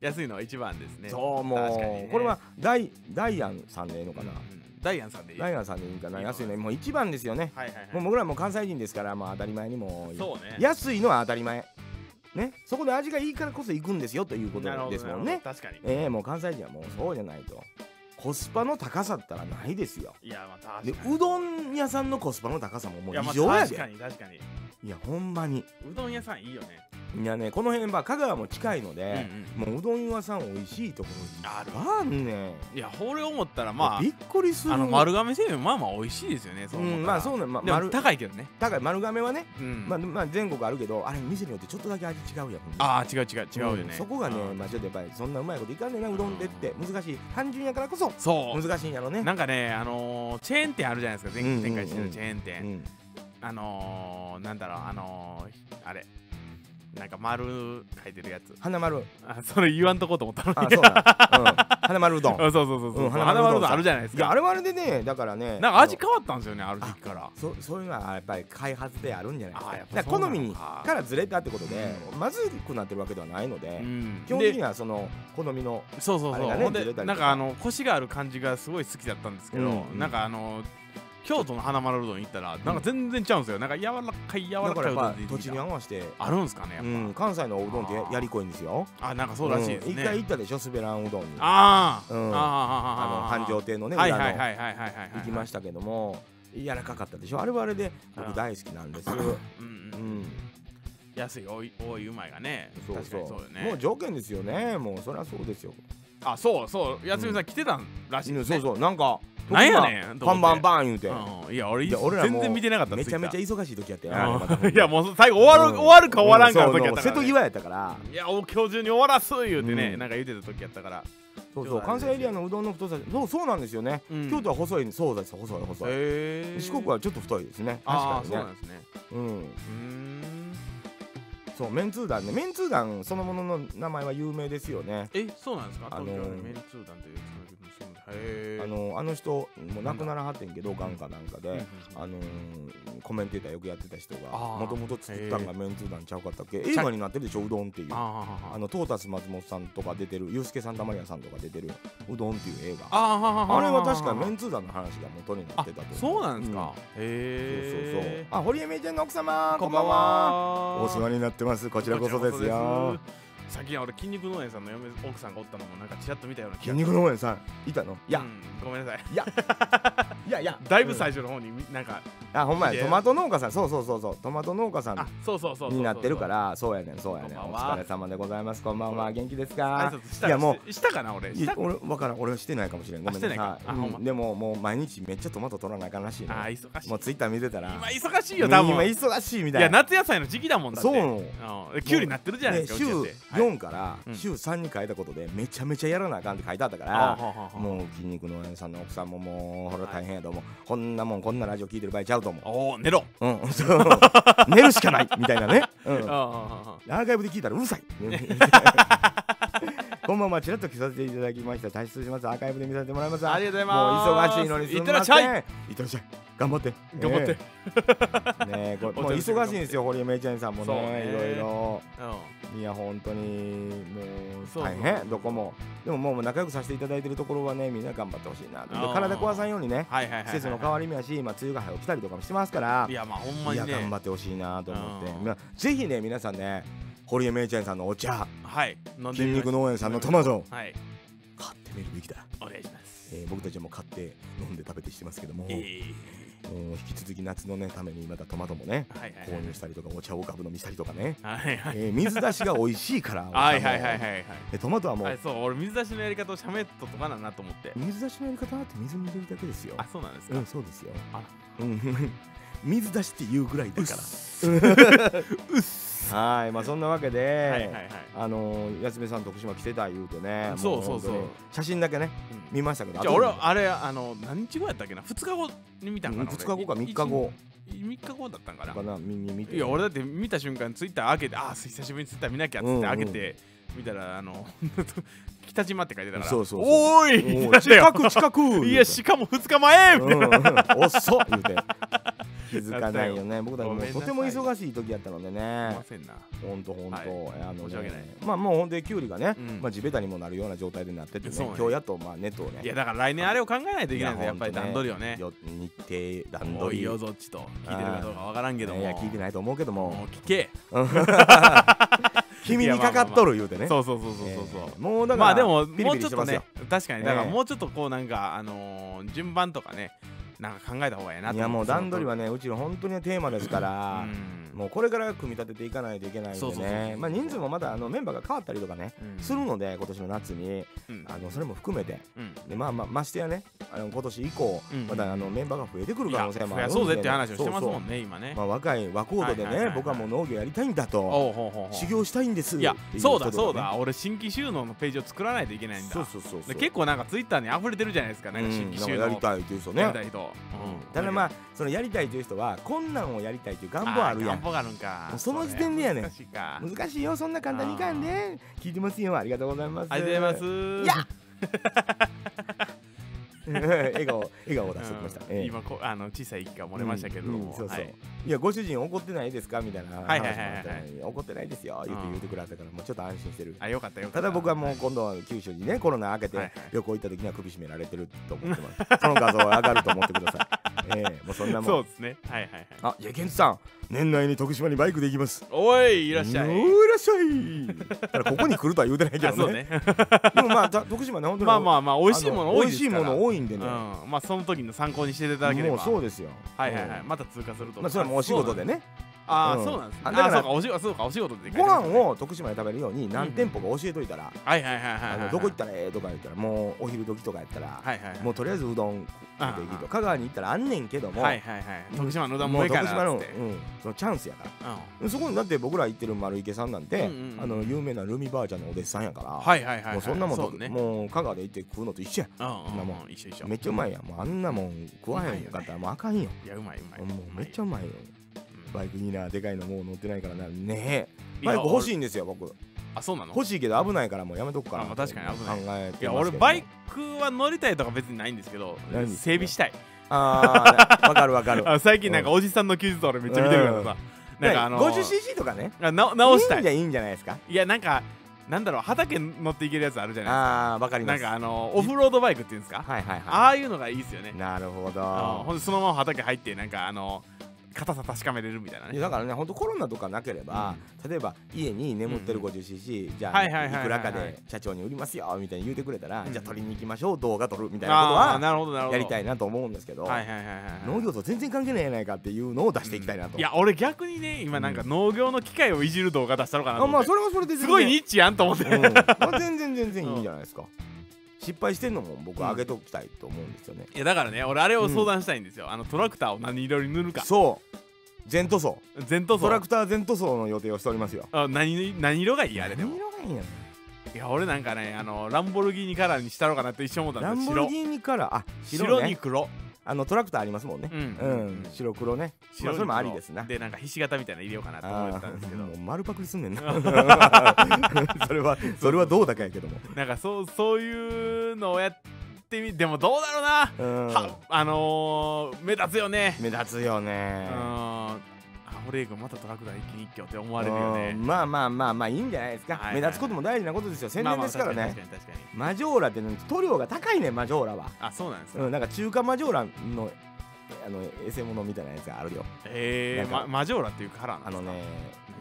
安いのは一番ですね
そうもう、
確かにね
これはダイダイアンさんでいいのか
うん
な、
うんダイアンさんでいい
ダ
はい
イアンさんでいいんかない
いのか
安いねもう一番ですよね、
はい
もう
はい
僕らもう関西人ですからまあ当たり前にもう
そうね
安いのは当たり前ねそこで味がいいからこそ行くんですよということ
なるほど
ですもん
なる
ね
ほど確かに
ええもう関西人はもうそうじゃないとコスパの高さったらないですよ
いやまあ
で
確かに
うどん屋さんのコスパの高さももう
いやま
異
あ
常やで
確かに確かに
いやほんまに
うどん屋さんいいよね
いやねこの辺ば香川も近いの
う
で、
ん
もううどん屋さん美味しいところ
ある
あんねん
いやこれ思ったらまあ
びっくりする
あの丸亀製麺まあまあ美味しいですよね。そ
う
う思った
ん
ら
まあそうね、まあ、
でも
丸
高いけどね。
高い丸亀はね、
うん。
まあ、まあ全国あるけどあれ店によってちょっとだけ味違うやんほんで
ああ違う違う違うよね。
んそこがね、
うん
まあちょっとやっぱりそんなうまいこといかんねんなうどんでって難しい単純やからこそ
そう。
難しいんやろね
なんかねあのーチェーン店あるじゃないですか
うんうん
全
うん
国展開してるチェーン店。
うん
あのー、なんだろうあのー、あれなんか丸書いてるやつ。
花
[LAUGHS]
丸
あそれ言わんとこうと思ったのに。
あそうだ、うん、花丸うどん
[LAUGHS] あそうそうそうそう。
うん花丸
花丸う
うど
ど
ん
んあるじゃないです
いやあ
か。
れはあれでねだからね
なんか味変わったんですよねある時期から。
そそういうのはやっぱり開発であるんじゃないですか
あやっぱ
だから
そうな
好
のか
みにからずれたってことで、まずくなってるわけではないので、
うん。
基本的に
で
はその好みの
そうそう
あ
そ
れ
う。
がね
ほん
ずれ
で
たりとか
なんかあのコシがある感じがすごい好きだったんですけど、
うんうん
なんかあの京都の花丸うどん行ったらなんか全然ちゃうんですよ。なんか柔らかい柔
だ
ら
か
から
やっ
いうど
ぱ
んで
土地に合わせて
あるんですかねや
う
っぱ、
ん、関西のおうどんってや
あー
やりこいんですよ
あなんかそうらしいですね。
ん一回行ったでしょ滑らんうどんにあ
あー、
うん
あ
の
あああああ
繁盛亭のね
はい
裏の
はい
行
はいはいはいはい
きま
し
したけども柔らかかったでしょあれはあれで
う
僕
ん
大好きなんです
た、うん
う
うん、
ん
安い多い多いうまいがね
そう
確か
そう
にそうよ
も
ね
う条件ですよねもうそりゃそうですよ、
あそうそう安井さん来てたんらしい
うん
です
そ
ね、
うそうなんか
なんやねん
僕
と
今バ
思
ン
って
バンバン言うて、
うん、いや俺
で俺らも
全然見てなかった
めちゃめちゃ
Twitter
忙しい時やって
[LAUGHS] うんいやもう最後終わる、終わるか終わらんかの時やったから、ね
瀬戸際やったから
いやお今日中に終わらす言うてね、
うん
なんか言うてた時やったから
そうそう関西エリアのうどんの太さそうそうなんですよね、
うん
京都は細いそうです細い細い、
へえ
四国はちょっと太いですね確
あ
か
あ
に
そう
ね
なんですね
うん
うーん
そうメンツー団ねメンツー団そのものの名前は有名ですよね
えそうなんですか
あのー
東京にメンツー団というそのへえ
あのあの人もう亡くならはってんけどがんかなんかで、
うんうん
あのー、コメンテーターよくやってた人が
あー
もともと作ったんが
へ
メンツー団ちゃうかったっけ映画になってるでしょうどんっていうあ
あー
のトータス松本さんとか出てるユースケ・サンタマリアさんとか出てるうどんっていう映画あ
あー
れは確かメンツー団の話が元になってたと思
あそうなんですか、
うんそうそうそう
へえ
あ堀江芽衣ちゃんの奥様こんばんは
は
お世話になってますこちらこそですよ
さっき俺筋肉農園さんの嫁奥さんがおったのもなんかちらっと見たような気
筋
が
肉農園さんいたのいや、
うんごめんなさい
いやいや
だいぶ最初の方にみなんか
あほんま
い
や
や
トマト農家さんそうそうそうそうトマト農家さ
あ
ん
そうそうそうそうそう
になってるからそうやねんそうやねん
こんば
お
んは
疲れ様でございますこんばんは元気です
挨
か
拶した
いやも
うしたかな俺
い
した
や
か
俺わからん俺はしてないかもしれんごめんなさい
あしてないかあ
うん
ほんま
でももう毎日めっちゃトマト取らなあかんらしい
あ
ね
ー忙しい
もうツイッター見てたら
今忙しいよ多分
今忙しいみ
い
た
や
いな
夏野菜の時期だもんだって
そうなの
うんキュウリなってるじゃない
で
ですか
週
うちだってはい
4から
うん
週3に変えたことでめちゃめちゃやらなあかんって書いてあったか
あ
ら
ーはあはあはあ
もう筋肉農園さんの奥さんももうほら大変やと思うこんなもんこんなラジオ聞いてる場合ちゃうと思
おお寝ろ
う、
[LAUGHS]
うん、そう寝るしかないみたいなね、うん、
ああ
アーカイブで聞いたらうるさい [LAUGHS] こんばんはちらっと来させていただきました退出しますアーカイブで見させてもらいます
ありがとうございます
もう忙しいのにす
い
み
っ
ません
てらっしゃい
いってらっしゃい頑張って
頑張って、
ねえねえこれもう
お茶の時間
忙しいんですよ堀江芽衣ちゃんさんも
そう
ね
ね
いろいろ
うん
いや本当にもう
そう
大変どこもでももう仲良くさせていただいてるところはねみんな頑張ってほしいなと
あー
体壊さんようにね
はいはいはいはい
季節の変わり目やし今梅雨が早起きたりとかもしてますから
いやまあほんま
い
に
や
ね
頑張ってほしいなと思って
うん
まあぜひね皆さんね堀江芽衣ちゃんさんのお茶
はい飲んで
筋
みましょ
肉
う
農園さんのトマト
はい
買ってみるべきだ、
お願いします
えー僕たちも買って飲んで食べてしてますけども、
え
うん引き続き夏のねためにまたトマトもね
ーはいはい
購入したりとかお茶をガブ飲みしたりとかね、
はいはい
えー水出しが美味しいから
[LAUGHS] はいはいはいは
お
い
茶も
はい
でトマトはもう、
はいそう俺水出しのやり方をしゃべっととかななと思って
水出しのやり方って水に入れるだけですよ
あそうなんですか
うんそうですよ
あら
うん [LAUGHS] 水出しって言うぐらいだから [LAUGHS] はいまあそんなわけで、
はいはいはい
あのー、安部さん徳島来てた言うとね
そうそうそ
も本当
う
に写真だけね
うん
見ましたけど
じゃあ俺はあれあの何日後やったっけな2日後に見たんかな
2日後か3日後
3日後だったんかな
かな見に見て
いや俺だって見た瞬間ツイッター開けてあー久しぶりにツイッター見なきゃっつ
うん
っ
うん
て開けて見たらあの [LAUGHS] 北島って書いてたから
そうそうそう
おーい
お
な
ー
んだよ
近く近く
いやしかも2日前
う
み
ん
た
う
い
ん
な
遅っ言うて気づかないよ [LAUGHS] ね僕たちも
ごめんなさい
とても忙しい時やったので
す
ね
いませんな
ほんとほんと、
はい
えーあのね
申し訳ない
まあもうほんでキュウリがね、
うん
まあ、地べたにもなるような状態でなっててね
そうね
今日やっとまあネットをね
いやだから来年あれを考えないといけないんです
いや
よやっぱり段取りをね
よ日程段
お
取
い
り
よぞっちと聞いてるかどうかわからんけども
いや聞いてないと思うけど
も
も
う聞け
君にかかっとる言うてね
そうそうそうそうそうそう
えーもうだから
まあでも
ピリ
も
ピ
う
リ
ち
し
ょってと
ます
ね
よ
確かにだか
え
ら
え
もうちょっとこうなんかあのー順番とかねなんか考えた方がいいなと
いやもう段取り
は
はねうちの本当にテーマですから、もうこれから組み立てていかないといけないんで
そうそうそうそ
ね
う
まあ人数もまだあのメンバーが変わったりとかねするので今年の夏に
うん
あのそれも含めて
うん
でまあまあましてやねあの今年以降
うん
またあのメンバーが増えてくる可能性もあるんで
いや増やそうぜ
ね
っていう話をしてます
そ
も
うそ
んね今ね
うまあ若い若人で
はいはいはい
ね
はい
僕はもう農業やりたいんだと
おうほうほうほう
修行したいんです
いや
ってい
そう
人
だ
とかね
そうだ俺新規収納のページを作らないといけないんだ
そうそうそうそう
で結構なんかツイッターに溢れてるじゃないですかなんか新
うんな
規
んか
収納
やりたいっていう人
や
ね
りたい人うん
ただまあそのやりたいという人は困難をやりたいという願望あるや
ー願
ん
望があるんか
もうその時点でやねん
そう難しいか
難しいよそんな簡単にいかんで聞いてますよありがとうございます
ありがとうございます
いや [LAUGHS] 笑顔笑顔を出してきました、
うん
ええ
今こあの小さい息が漏れましたけれど
うんうん
も
そうそう、
はい
い、やご主人怒ってないですかみたいな話もあ
はい
っ
はいはいはい
たのに怒ってないですよ言って
うん
言ってくれたからもうちょっと安心してる
あよかったよかった
ただ僕はもう今度は九州にねコロナ明け
は
て
い
旅行行った時には首絞められてると思ってますその画像は上がると思ってください [LAUGHS] ええもうそんなも
そうんですねはいはいはい
あじゃあケンチさん年内に徳島にバイクで行きます
おいいらっしゃ
おー
い
いらっしゃいただここに来るとは言うてないけ
あそ
ど
う
ね
ね
でもまあた徳島ね本当に
まあまあまあ美味しいもの多
美
いで
味し
す
い
から
もの多いんでね
うん、まあその時の参考にしていただけれ
も
ば
うそうですよ
はいはいはい
うん
また通過すると
まあそれはもうお仕事でね
あ
うん
そうなんですね
あ
あ
だから
あそうかお仕事そうかお仕事で
ご飯を徳島で食べるように何店舗か教えといたら、
はいはいはいはい
あ
はいはい
のどこ行ったらええとか言ったらもうお昼時とかやったら、
はいはいはい
もうとりあえずうどん食っていい
うんう
と
ん
香川に行ったらあんねんけども、
はいはいはい徳島のうどん
も
もいういか
徳島
な
の、う
っ
ん
つって、
そのチャンスやから
うん
そこにだって僕ら行ってる丸池さんなんて、
うんうん
あの有名なルミばあちゃんのお弟子さんやから、
はいはいはいはい
もうそんなもん
そ
と、
うね
もう香川で行って食うのと一緒や
うんうん
そんな
うん
も
一緒一緒
めっちゃうまいやんもうあんなもん食わへんかったらもうあかんよ
いやうまいうまい
もうめっちゃう
う
まいよ
まい
バイクになでかいのもう乗ってないからなねえ
いや
バイク欲しいんですよ僕
あそうなの
欲しいけど危ないからもうやめとくから
あまあ確かに危ない
考え
い
て
や
ます
俺
けどね
バイクは乗りたいとか別にないんですけど
ないんですね
整備したい
ああわかるわかる
あ最近 [LAUGHS] なんかおじさんの休日俺めっちゃ見てるからさなんかあの
50cc とかね
あな直した
いいん
い
じゃいいんじゃないですか
いやなんかなんだろう畑乗っていけるやつあるじゃない
ああわかり
ですか
ま
なん
す
かあのオフロードバイクっていうんですか
はいはいは
ああいうのがいいですよね
いなるほ
あほ
ど
んでそのまま畑入ってなんかあの硬さ確かめれるみたいないね
やだからね本当コロナとかなければ、例えば家に眠ってる 50cc、じゃあ、
はいいはいはいはい
くらかで社長に売りますよみたいに言うてくれたら、
うん
じゃあ取りに行きましょう動画撮るみたいなこと
ああー
は
なるほどなるほど
やりた
い
いなと思うんですけど、
はいはいはいはい
農業と全然関係ないやないかっていうのを出していきたいなと、
いや俺逆にね今なんか農業の機械をいじる動画出したのかなと
あま
思っ
あ
て
それはそれで全然
すごいニッチやんと思って [LAUGHS]
うんまあ、全然全然いいんじゃないですか、失敗してんのも僕上げときたいと思うんですよね、
いやだからね俺あれを相談したいんですよ、あのトラクターを何色に塗るか
そう全塗装
全
ト
塗装
ラクター全塗装の予定をしておりますよ
あ何何色がいいあれでも
何色がいいんやろ
いや俺なんかねあのランボルギーニカラーにしたのかなって一瞬思った
ラ
んで
ン
す
ボ
よ
ル
白
ギーニからあ白,、
白
ね、
に黒
あのトラクターありますもんね、
うん
うん白黒ね、まあ、それもありですな
でなんかひし形みたいなの入れようかなと思ってたんですけ
あ
ど
ーもう丸パクリすん
[LAUGHS]
ねんな [LAUGHS] それはそれはどうだかやけども、
なんかそうそういうのをやってみでもどうだろうな、
うん、
はあのー、目立つよね
目立つよ
う
ね
んあホレイ君またトラクター一気に一挙って思われるよ
う
ね
んまあまあまあまあいいんじゃないですか、
はいはい
目立つことも大事なことですよ宣伝ですからね、
まあまあ確かに確かに確か
マジョーラってね塗料が高いねマジョーラは、
にあそうなんですか、
うん、なんか中華マジョーラのあのエセモノみたいなやつがあるよ
え
な
ー、
ん
ま
か
マジョーラっていうカラーな
あ
ん
の
ですか
ね、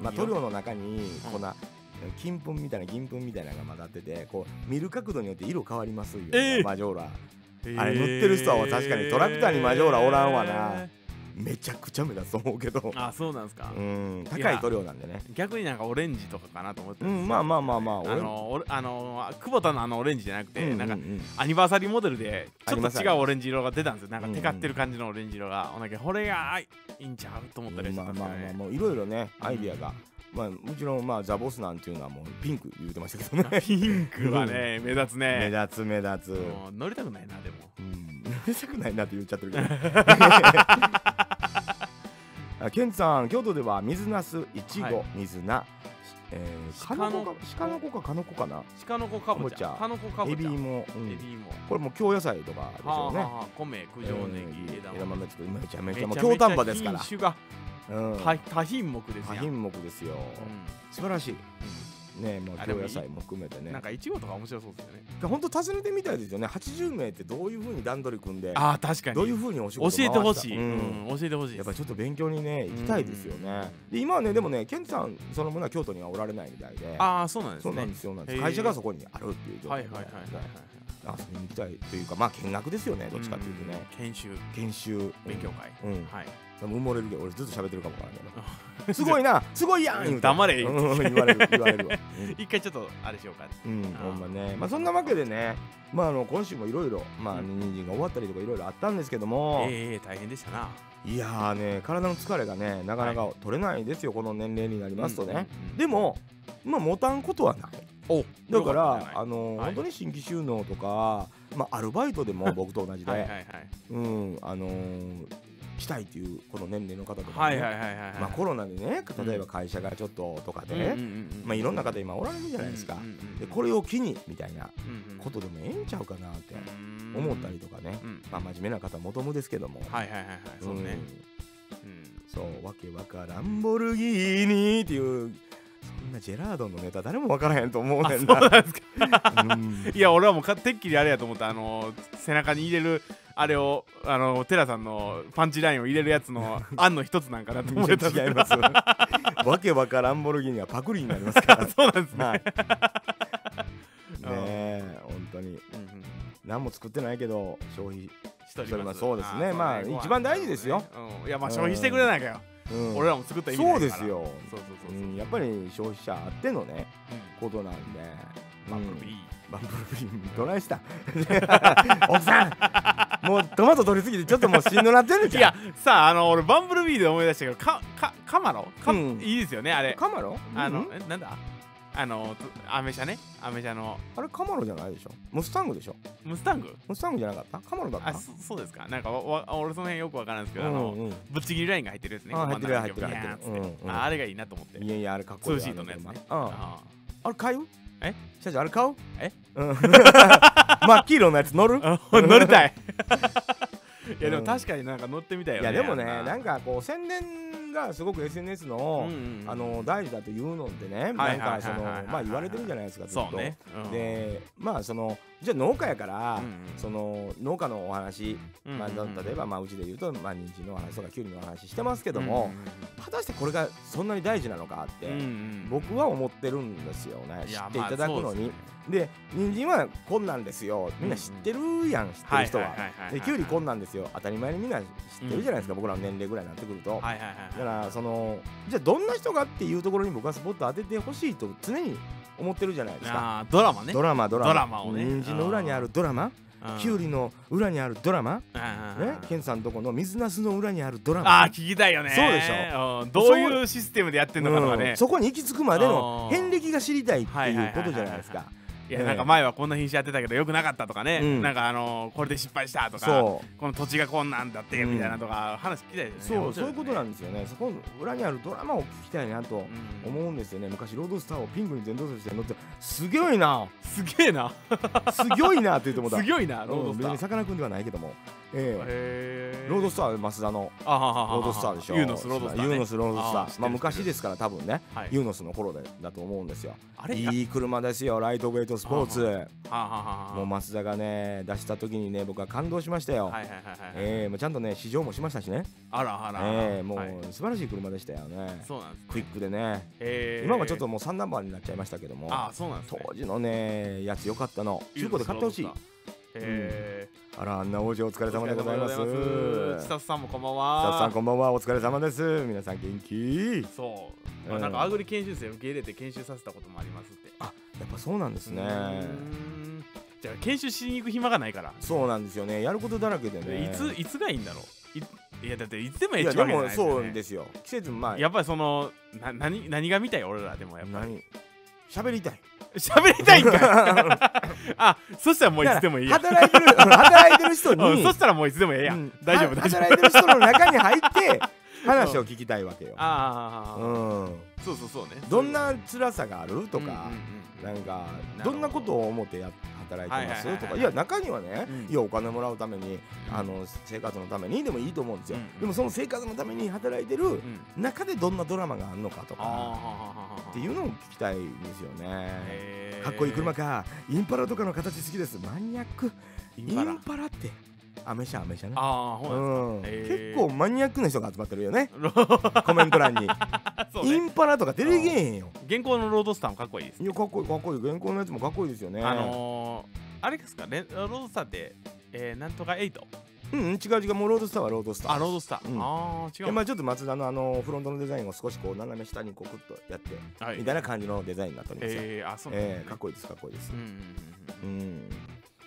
まあ、
何色
塗料の中にこんな金粉みたいな銀粉みたいなのが混ざっててこう見る角度によって色変わりますよ、
えー
マジョーラ
へ
あれ塗ってる人は確かにトラクターにマジョーラおらんわなめちゃくちゃ目立つと思うけど
[LAUGHS] あそうなんですか、
うん
い
高
や
い塗料なんでね
逆になんかオレンジとかかなと思って
う
たんですよ
んまあまあまあまあ
あのオレあの久保田のあのオレンジじゃなくて、
俺
なん
う
か
んうん
アニバーサリーモデルでち
あ
ょ
り
っ
ます
と違うオレンジ色が出たんですよなんか
うんうん
テカってる感じのオレンジ色が、なんかこれがいいんちゃうと思ったりはして
ま
た
あ
んです
まあ
けど
まあも
ね、
ういろいろねアイディアが、まあもちろんまあザボスなんていうのはもうピンク言うてましたけどね
ピンクはね目立つ
目
ね
立つ目立つ
もう乗りたくないなでも
うんうるさくないなって言っちゃってる
[LAUGHS]
けどあケンツさん京都では水なすいちご、
はい
水菜、えー、
鹿
鹿
の
の子か鹿の子か鹿の子かな
鹿の子かぼちゃ
かぼちゃ
鹿の子かぼちゃ
エビも、うん
エビも
これも京野菜とかでし
はあ
ょうね、
はあはあ米九条ネギ、
えー
枝
枝
豆
豆作りめちゃめちゃ
め
もう
ちゃめち
京
ゃ
丹波ですから、
品種が
うん、
多多品目です
多
やん、
品目ですよ、
う
素晴らしいねもう
あで
京
もいい
野菜も含めて
ん
ね
なんかいちごとか面白そうですよね
本当尋ねてみたいですよね80名ってどういうふうに段取り組んで
ああ確かに
どういうふうにお仕
教
事回し
え
た
てほしい、
う
うんん教えてほし
や
いで
っぱりち
す
ょっと勉強にね行きたいですよねで今はねでもねケンさんそのものは京都にはおられないみたいで
ああそうなんです
そうな
ね
んですよなんで
へ
す
ー
会社がそこにあるっていう状
はい
態
はいはいはい
遊びに行きたいというかまあ見学ですよねどっちかっていうとね
ん研修
研修
勉強会、
うん
はい
多分埋もれるけど俺ずっと喋ってるかもわからない
[LAUGHS]
けどすごいなすごいやん言うて
黙れ
うん言われ
[LAUGHS]
る言われるわ
一回ちょっとあれしようか
うん、うん
あー
ほんまねまあそんなわけでねまああの今週もいろいろまあ
う
人参が終わったりとかいろいろあったんですけども
ええ大変でしたない
やーね体の疲れがねなかなか取れないですよ、この年齢になりますとね、、
うんうんうん
でもまあ持たんことはない
お
だから
よったんじゃない
あの、
はい
本当に新規収納とか、まあ、アルバイトで
[LAUGHS]
も僕と同じで、
はいはいはい
うんあのーしたいっていうこの年齢の方とか
は
ね、
いはいはいはいはい
まあ、コロナでね
うん
例えば会社がちょっととかで、
うんうんうんうん
まあ、いろんな方今おられるじゃないですか、
うんうんうんうん
でこれを機にみたいな
うんうん
ことでもええんちゃうかなって
うん
思ったりとかね、
うん
まあ、真面目な方求むですけども。
はいはいはいはいそうね
ん
うん
そう、わけわからんボルギーニっていう、そんなジェラードンのネタ誰もわからへんと思うねんな。そうなんですか。
[LAUGHS] いや俺はもうかてっきりあれやと思ったあの背中に入れるあれをあのテラさんのパンチラインを入れるやつ
[LAUGHS]
の案の一つなんかなと思ってたんです
違
け
い
ど
ます。わけわからんボルギーニはパクリになります
[LAUGHS]
から。
[LAUGHS] そうなんですね、
はい。ねえ、本当に。
うんうん
何も作ってないけど、消費。
しており
それ
ま
は
す
そうですね
ー
まあ
そうね
一番大事ですよ、
ご飯とかねうんいやまあ消費してくれないかよ、
うん
俺らも作った意味な
そ
いうか
です
ら
よ。
そうそうそ
う
うそう、うん
ん、やっぱり消費者あってのね、ことなんで。
まあこれいい
バンブルビーどないした [LAUGHS] 奥さんもうトマト取りすぎてちょっともうしんどなってる
い
じゃ
やさああの俺バンブルビーで思い出したけどかかカマロか、
うん
いいですよねあ
ん
れ
カマロ
あ
う
の
ん
えなんだあのつアメ車ねアメ車の
あれカマロじゃないでしょムスタングでしょ
ムスタング
ムスタングじゃなかったカマロだった
あそそうですかなんかわわ俺その辺よくわからんですけど、あの
うんうん
ぶっちぎりラインが入ってるやつね。
あ入ってる
真ん中に
入ってる入ってる
ビャーンつ
うんうん
ああれがいいなと思って。
いやいやあれかっこいいよ
ツーシートのやつね
あの車うん
あ
あれ買う
え
社長あれ買う
え
うん [LAUGHS] 真っ黄色のやつ乗る
あ [LAUGHS] 乗りた
[LAUGHS]
いいやでも確かになんか乗ってみたいよ
い
ね。
やでもね
あ
なんかこう宣伝がすごく SNS の
うんうんうん
あの大事だと言うのでね
は
ないん
はいはいはいは
か
い
そのまあ言われてるじゃないですかずっ
そ
と
うね。うん、
でまあそのじゃあ農家やから、
うんうん
その農家のお話、
うんうん
まあ、
うん
例えば、まあ、うちで言うと、まあ、人参のお話とかきゅうりのお話してますけ
け
ども、果たしてこれがそんなに大事なのかって、僕は思ってるんですよね知っていただくのに。で人参はこんなんですよみんな知ってるやん、知ってる人は。できゅうりこんなんですよ当たり前にみんな知ってるじゃないですか、僕らの年齢ぐらいになってくると、
はいはいはい
だからそのじゃあどんな人がっていうところに僕はスポット当ててほしいと常に思ってるじゃないですか
あードラマね
ドラマドラマ
ドラマをね
人参の裏にあるドラマ
うん
きゅうりの裏にあるドラマ
うんうんうん
ねケンさんとこの水なすの裏にあるドラマ
あー聞きたいよね
そうでし
ょどういうシステムでやってんのかとか
う
ね
んそこに行き着くまでの
あー
遍歴が知りたいって
はい
い
はいうはいはい
こと
はい
じゃないですか
いやなんか前はこんな品種やってたけどよくなかったとかね、
うん
なんかあのーこれで失敗したとか
そう
この土地がこんなんだって
うん
みたいなとか話聞きたいですよね
そうそういうことなんんですよねそこの裏にあるドラマを聞きたいなと思うんですよね昔ロードスターをピンクに全動する人に乗ってすげえな
すげえな
すげえなって言ってもうた
すげえなロー
う
ド
ん
ス
別
ター
にさかなクンではないけどもえ
へ
え
え
ロードスターは増田の
あはははは
ロードスターでしょ
ユーノスロードスター、ね、
ユーノスロードスタ
あー知って
ー
る
まあ昔ですから多分ね
はい
ユーノスの頃でだと思うんですよ
あれ
いい車ですよライトウェイトスポーツ
ははは
もう松田がね出した時にね僕は感動しましたよ、
はいはいはいはい、
ええもうちゃんとね試乗もしましたしね、
あらあらあら、
ええもう
はい
素晴らしい車でしたよね
そうなんですね
クイックでね、
えー
今はちょっともう3ナンバーになっちゃいましたけども
ああそうなんですね
当時のねやつよかったの中古で買ってほしい
ユーノスロードスターへえ
あらあんな王子お疲れ様でございます
お疲れ様でございますスタッフさんもこんばんは
スタッフさんこんばんはお疲れ様です皆さん元気
そう、ま
う
あ、
ん
なんかアグリ研修生受け入れて研修させたこともありますって
あやっぱそうなんですね
うーんじゃあ研修しに行く暇がないから、
そうなんですよねやることだらけでね
いついつがいいんだろういいやだってい [LAUGHS] つでも
い
ええっ
や
ちゅう
で
わけじゃな
もそ
いですよ、
う
ね、
ですよ季節の前
やっぱりそのな何何が見たい俺らでもやっぱり
何喋りたい
喋りたいんか
[LAUGHS]
いあそしたらもういつでもいいや
働いてる働いてる人に、
[LAUGHS] うんそしたらもういつでもええや、
うんん、
大丈夫
は
大丈夫
働いてる人の中に入って
[LAUGHS]
話を聞きたいわけよ、
ああ、
うん、
そうそうそうね
どんな辛さがあるとか、
うんうんうん
なんか
なるほ
ど
ど
んなことを思ってや働いてます、
はいはいはいはい
とかいや中にはね、
うん
いやお金もらうために
うん
あの生活のためにでもいいと思うんですよ、
うんうん
でもその生活のために働いてる
うん
中でどんなドラマがあるのかと
ああは
か
ははは
っていうのを聞きたいんですよね、
へー
かっこいい車かインパラとかの形好きですマニアック
イ
イ
ンパラ
ンパラってアメ車アメ車ね
ああほ
う
ら
ん、
へ
結
ー
構マニアックな人が集まってるよ
[LAUGHS]
ね
あ
コメント欄に、
そう
イ
ね
ンパラとか出てけえへんよ
現行のロードスターもかっこいいです
いやかっこいいかっこいい原稿のやつもかっこいいですよね
あのー、あれですかねロードスターって、えー、なんとか8
うんうん違う違うもうロードスターはロードスター
あロードスター、
うん
ああ違
で
う
まあちょっと松田のあのフロントのデザインを少しこう斜め下にこうクッとやって、
はい
みたいな感じのデザインになっておりますよ、え
えー、あそうなんですね
えかっこいいですかっこいいです
うんうん
うん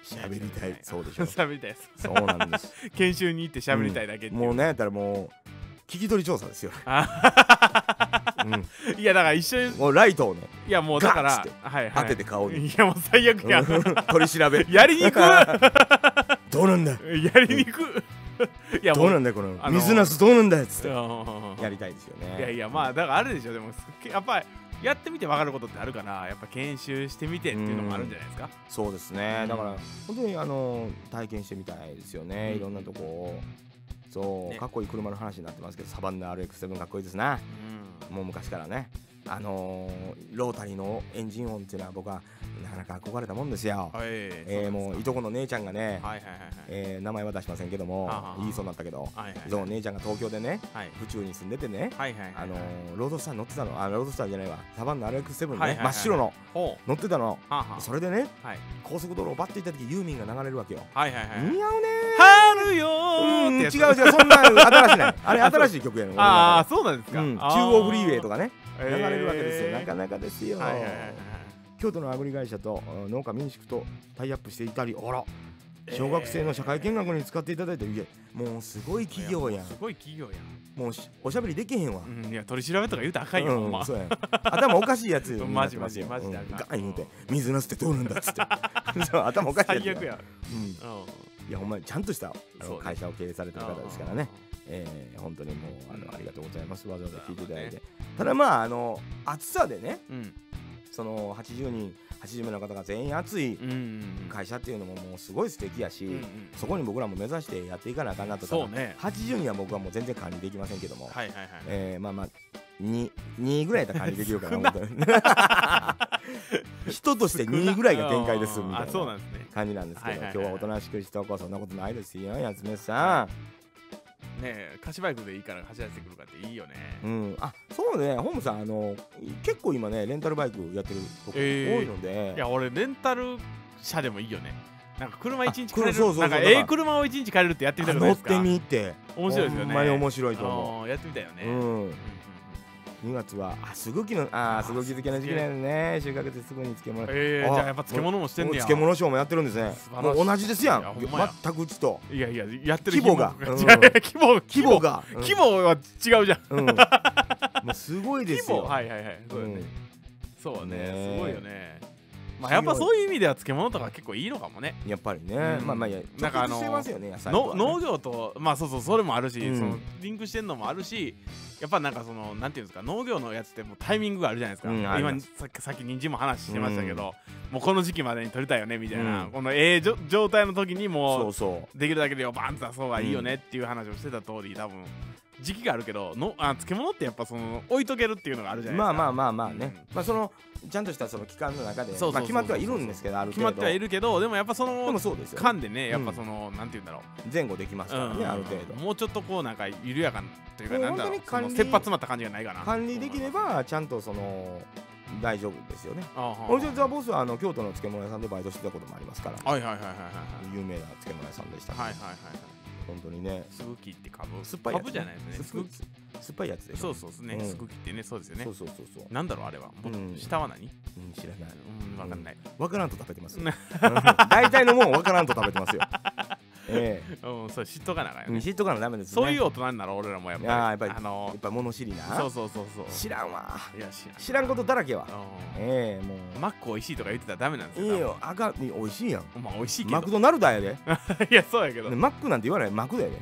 喋、りたいそうでし
うんう
ょ
ん喋りたいです
そうなんです
研修に行って喋りたいだけっていう
もうなんやったらもう聞き取り調査
[LAUGHS]
ですよ、う
いやだから一緒に
ん、もうライトをね
いやもうだから
ガッつっ
はいはい
当てて顔に
いやもう最悪や、
取り調べ
やりにく
どうなんだ
やりにくいや
ど
も
う
う
なんだよこの、
あの
水なすどうなんだよっつっ
うん
てやりたいですよね
いやいやまあだからあるでしょでもやっぱりやってみて分かることってあるからやっぱ研修してみてっていうのもあるんじゃないですか
そうですねだから本当にあの体験してみたいですよね、
うん
いろんなとこをそう、
ね
かっこいい車の話になってますけどサバンナ RX7 かっこいいですな
う
もう昔からねあのーロータリーのエンジン音っていうのは僕はなかなか憧れたもんですよ、
んはいえ
えーもういとこの姉ちゃんがね、
はいはいはいはい
えー名前は出しませんけども
ああ
言いそうになったけど、
はいはい
そう姉ちゃんが東京でね
はい
府中に住んでてね、
はいはいはい
あのーロードスターに乗ってたのあロードスターじゃないわサバンナ RX7 ね、
はいはいはい
真っ白の
ほ
乗ってたの
うはあはあ
それでね
はい
高速道路をバッて行った時ユーミンが流れるわけよ
はいはいはい
似合
[LAUGHS]
うね
春よ
ーうん違う
ー
違
って
うそ
やつ
んな新しい
[LAUGHS]
ねあれ新しい曲やねん俺の
ああ
中
そうなんです
で
か
うん
あー
中央フリーウェイとかね流
えー
れるわけですよなかなかですよ
はいはいはいはい
京都のアグリ会社とうん農家民宿とタイアップしていたりあら小学生の社会見学に使っていただいてるいやもうすごい企業や
すごい企業やん
んもうしおしゃべりできへんわ
うんいや取り調べとか言うたらあかんよほん
う
ま
んそうやん頭おかしいやつになってます
[LAUGHS]
よ
マジマジマジであかん
うんガン言うて水なすってどうなんだっつって
[LAUGHS]
そう頭おかしい
最
やつ
悪や
うん
うん
いやほんまにちゃんとしたあ
そう
の
ね
会社を経営されてる方ですからね
あー
えー、本当にもうあ
うん
のありがとうございますわざわざ聞いていただいて、
そ
ただまああの暑さでね
うん
その80人80名の方が全員暑い
うんうん
会社っていうのももうすごい素敵やし、
うんうん
そこに僕らも目指してやっていかなあかんなと
そうね
80人は僕はもう全然管理できませんけども、
はいはいはい
えー、まあまあ 2, 2ぐらいだったら管理できるかな
[LAUGHS] 少
本当に人として2ぐらいが限界ですみた
あ
い
そう
な
なんですね
感じなんですけど、
はいはいはい
今日はおとなしくしておこうそんなことないですよやつめさん。
ねえ貸バイクでいいから走らせてくるかっていいよね
うん、あそうねホームさんあの結構今ねレンタルバイクやってるとこ多
えー
いので、
いや俺レンタル車でもいいよねなんか車一日借り
あ車そうそ
る
うそ
な
うん
か
だから
ええ車を一日借りるってやってみた
あ
くない
乗
で
っ
す
て
か
みて
面白いですよ
ほ
ね
んまに面白いと思
あーやってみたいよね
う、う
うんうん
ん、2月はあすぐきのあーすぐき漬けの時期なんね収穫ですぐに漬物
え
あ
ー、じゃあやっぱ漬物もしてんねや
漬物ショーもやってるんですね
素
も
晴らしいう
同じですやん
いやほんまや
全くうちと
いやいややってる
規模が
[LAUGHS] 違う
うん
いや規模
規模がうん
規模は違うじゃん
うん、も
[LAUGHS]
うすごいで
規
すよ
模はいはいはいそうだね
うん
そうだね
ねえ
すごいよねまあ、やっぱ
う
そういう意味では漬物とか結構いいのかもね
やっぱりね、
うん
まあまあいや
なんかあの
直結してますよね野菜と
の
はね
農業とまあそうそうそれもあるし、
うん
そのリンクしてんのもあるしやっぱなんかそのなんていうんですか農業のやつってもうタイミングがあるじゃないですか、
うんありま
今さっきさっき人参も話してましたけど、もうこの時期までに取りたいよねみたいな、このええじょ状態の時に
そ
も
う
う
そ
できるだけでよバンと出そうがいいよねっていう話をしてた通り多分時期があるけどのあ漬物ってやっぱその置いとけるっていうのがあるじ
う
ゃないですか
まあまあまあまあね、
う
まあそのちゃんとしたその期間の中で
そうそうそうそう
まあ決まってはいるんですけどある
決
程
ま
度
ってはいるけどでもやっぱそ
でも
の
そうですよね、
間でねやっぱその、なんて言うんだろう
前後できますからね、ある程度
もうちょっとこうなんか緩やかなというか
もう
なんだろう
本当に管理
その切羽詰まった感じがないかな
管理できればちゃんとその大丈夫ですよね
あは
俺実ザ・ボスはあの京都の漬物屋さんでバイトしてたこともありますから
あはいはいはいはいはい
有名な漬物屋さんでした、
はいはいはいはい
本当にね
すぐきって株
酸っぱいやつ、
株じゃないですねす
酸っ
ぐ
ぱい酸っぱいやつでし
そ
ょ
うそうですね
うん
すぐきってねそうですよね
そうそうそうそう
なんだろうあれは僕
うん
下は何
うん知らない
うんわかんない
わからんと食べてますよ
な
うん大体のもんわからんと食べてます
[LAUGHS]
よえ
うんそう知っとかなあかん
え
よね
知っとかなダメですね
そういう
や
大人になら俺らもやっぱり
あーやっぱり
あの
っぱ物知りな
そうそうそうそ
知らんわ
ういや知らん
知らんことだらけは
うん
ええも
マック美味しいとか言ってたらダメなんです
ういい
よ
よ赤に美味しいやん
多分まあ美味しいけ
マク
ど
ドナルドやで
[LAUGHS] いやそうやけど
ねマックなんて言わないマクだよね。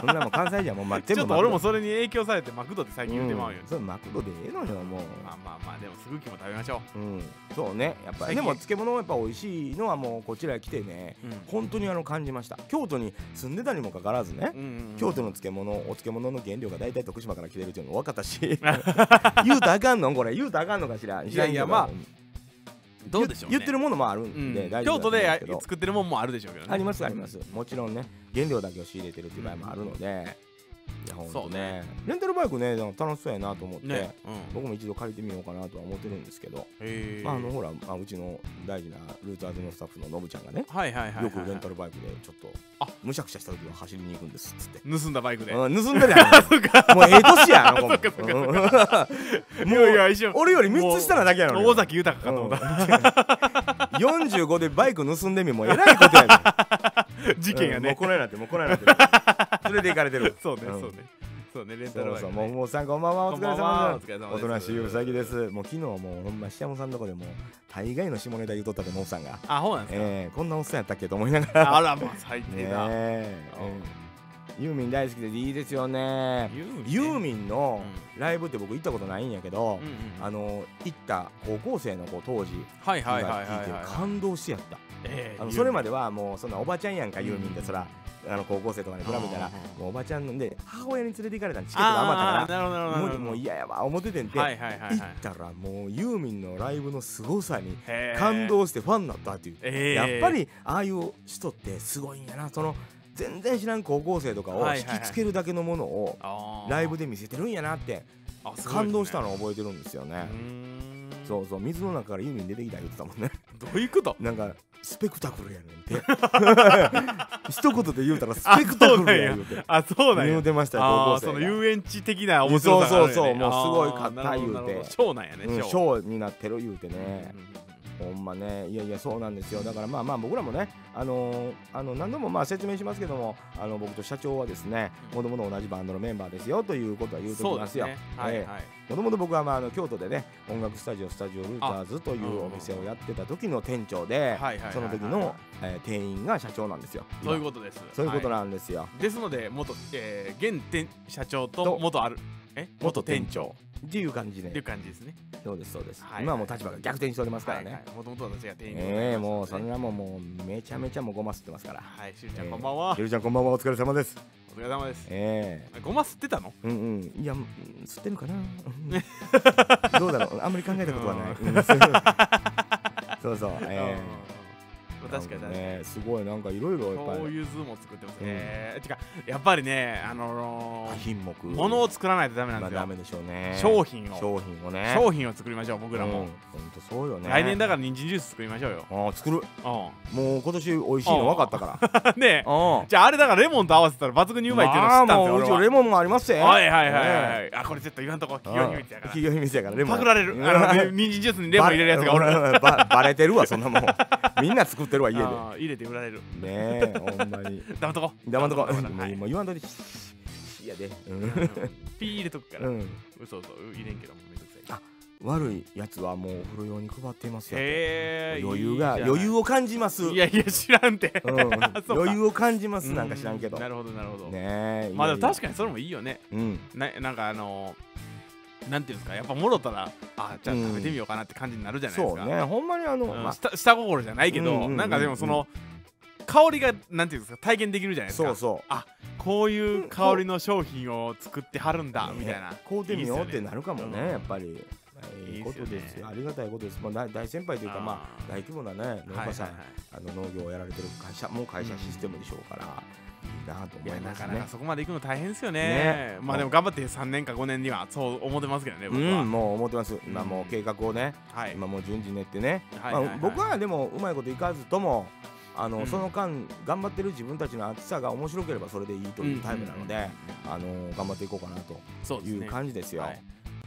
そんなもん関西じゃもう
[LAUGHS]
ま
ち
全
ょ
部マ
っと
ク
俺
ド
もそれに影響されてマクドって最近言うてまうよ
んそれマクドでええのよもう。
まあまあまあでもすぐきも食べましょ
うん。そうねやっぱ
最近
りでも漬物もやっぱ美味しいのはもうこちらへ来てね
う、うん
本当にあの感じました。京都に住んでたにもかかわらずね。
うんうんうん
京都の漬物お漬物の原料が大体徳島から来てるっていうの分か
[LAUGHS]
ったし言うたらあかんのこれ言うたらあかんのかしら
いやいやまあどうでしょう、
言
ね、
言ってるものもある
うん
んで、大丈
京
夫
都
だと思うん
です
けど
作ってるもんもあるでしょうけどね
ありますありますもちろんね原料だけを仕入れてるっていう場合もあるので、いやほんとねレンタルバイクねでも楽しそうやなと思って、
ねうんへ
僕も一度借りてみようかなとは思ってるんですけど、
え
まあ、あのほら、まあ、うちの大事なルーターズのスタッフののぶちゃんがね
はいはいはいはい
よくレンタルバイクでちょっと
あ
むしゃくしゃした時は走りに行くんですっつって。
盗んだバイクで
うん盗んで
[LAUGHS]
るやんもうええ年やあの子もうんも
いやいうや一緒
俺より3つ下なだけやのに
大崎豊かと思った
45でバイク盗んでみもうえらいことやねん
[LAUGHS] 事件や
うんもう
ね
このようになってもうこのようになってる連れて行かれてる
[LAUGHS] そうね
うん
そうね [LAUGHS] そうねレン
そ
タル
う
バイ
そ
ク
う
ね
もうもうさんこんばんはお疲れ
こんばんは
様
お疲れ様
です
です
おとなしいうさぎですもう昨日もうほんま下山さんのとこでもう大概の下ネタ言うとったでもうおっさんが
あほうなんですか
えーこんなおっさんやったっけと思いながら
あらまあ最
ね
低だ
えユーミン大好きでいいですよね
ユーミンね
ユーミンのライブって僕行ったことないんやけど
うんうん
あの行った高校生の子当時
はい
が
はいはい
聞い
はい
て
は
感動してやった
いえ
あのそれま
で
ではもうそんなおばちゃんやんかユーミンでそらあの高校生とかに比べたら
あー
もうおばちゃんで母親に連れて行かれたんでチケットが余
あ
っ
あ
た
ー
か
なるほどなる
ら
ほどな
も
る
う
ほど
もう嫌やわ思っててんて、
はいはいはい
行
は
ったらもうユーミンのライブの凄さに
い
感動してファンになったっていう、
え
やっぱりああいう人ってすごいんやなその全然知らん高校生とかを
はい
引
はいはい
きつけるだけのものをライブで見せてるんやなって感動した
の
のを覚えてるんですよね。そ
そ
うそう水の中からユーミン出てきた言ってた
[LAUGHS]
もんね。
どういうこと
なんかスペクタクルやねん
[LAUGHS]
って一言で言うたらスペクタクルや言うて
あそうなん
言う
や
てましたよ
あ
高
あ
校生
その
が
遊園地的な面白さがあ
そうそ
る
うそ
よ
う
ね
もうすごい
あー
硬い言うて
なるほどなるほどショーなんやね
うん
シ
シ
ョー
ョーになってる言うてね
う、ん
ほんまねいやいやそうなんですよだからまあまあ僕らもねあのーあの何度もまあ説明しますけどもあの僕と社長はですね
うん
もともと同じバンドのメンバーですよということは言うと
そ
き
う
ま
ですす
よ
ねはいはい
もともと僕はまああの京都でね音楽スタジオスタジオルーターズというお店をやってた時の店長で
はいはい
その時
はい
の、えー店員が社長なんですよ
そういうことです
そういうこと
は
なんですよ、
いですので元えー現店社長と
と
元あるえ
元
元
店
店
長
長
っていう感じ
っていう
で
感じですね
そうですそうです、
はい
今はもう立場が逆転しておりますからね、
もともと私が店員
ええもうそれ
な
はもうもうめちゃめちゃもうごますってますから
はいしゅうちゃんこんばんは
ゆるちゃんこんばんはお疲れ様です
お疲れ様です
え
ごま吸ってたの
えうんうんいやうん吸ってる [LAUGHS] かなうんどうだろうあんまり考えたことはない、うん [LAUGHS] そうそうえ
うん
え
確かに確かに
ねすごいなんかいろいろやっぱ
そう
り
いう図も作ってますね。てかやっぱりね、あの
多
ー
品目
物を作らないとダメなん
まあ
です
ダ。
よ
メでしょうね
商品を
商品をね
商品を作りましょう、僕ら
う
も
ん。ほんとそうよね
来年だから人参ジュース作りましょうよ。
ああ作る
う
もう今年美味しいの分かったから
んねえ
うん
じゃああれだからレモンと合わせたら抜群にうまいっていうのを知ったんです
ま
よ
あもうう
俺
ちの
は。
レモンもありますぜ
はいはいはいは
ね
い。あ、これちょっと言わんとこ、
え
企業秘密やから
企。業秘密やからレモン
パクられる。
[LAUGHS]
あの、人参ジュースにレモン入れるやつがおる。
るババレてるわそんな
[LAUGHS]
もんみんな作ってるわ家でね
あー入れて売られる。
えほんまに
黙っとこ。
黙っとこ
黙っとこ
も
は
う
い
もう言わんといていやでうん
ピー入れとくか
う
ら。
ん
嘘嘘、入れんけど、めんどくさい。
あ悪いやつはもうお風呂用に配っていますよ
へえ
余裕が余裕
を
を感じます
いやいや知らんて、
うん
そうか
余裕を感じますなんか知らんけど
う
ね
なるほどなるほど、
え
まあでも確
か
かにそれもいいよね
にうん
ななんかあのーなんていうんですかやっぱもろたらあじゃあ食べてみようかなって感じになるじゃないです
そう
か、
ねほんまにあの
うん
まあ
下下心じゃないけ
う
ど、
んうんうんうん
なんかでもその香りがなんていうんですか体験できるじゃないですか
そうそ
こういう香りの商品を作ってはるんだ、
う
みたいな
ね買うてみようってなるかも
いいっすよね
ねやっぱり
い
い
い
い
っ
こ
すよ
と
ね
ですよありがたいことですまあ大大先輩というかま
あー
あ大規模なね農家
はいはい
さ
は
んあの農業をやられてる会社も会社システムでしょうからいいなと
いい
思
や
い
な
ます
かな
ね
かそこまで行くの大変ですよね
ね
まあでも頑張って3年か5年にはそう思ってますけどね
う
僕は、
んもう思ってます今もう計画をね
はい、
今もう順次練ってね
はい
ま
はいは
あ
い
僕はでもうまいこといかずともあ
うん
のその間頑張ってる自分たちの熱さが面白ければそれでいいというタイプなの
うんうん
であの頑張っていこうかなと
そうです
い
ね
う感じですよ
はい、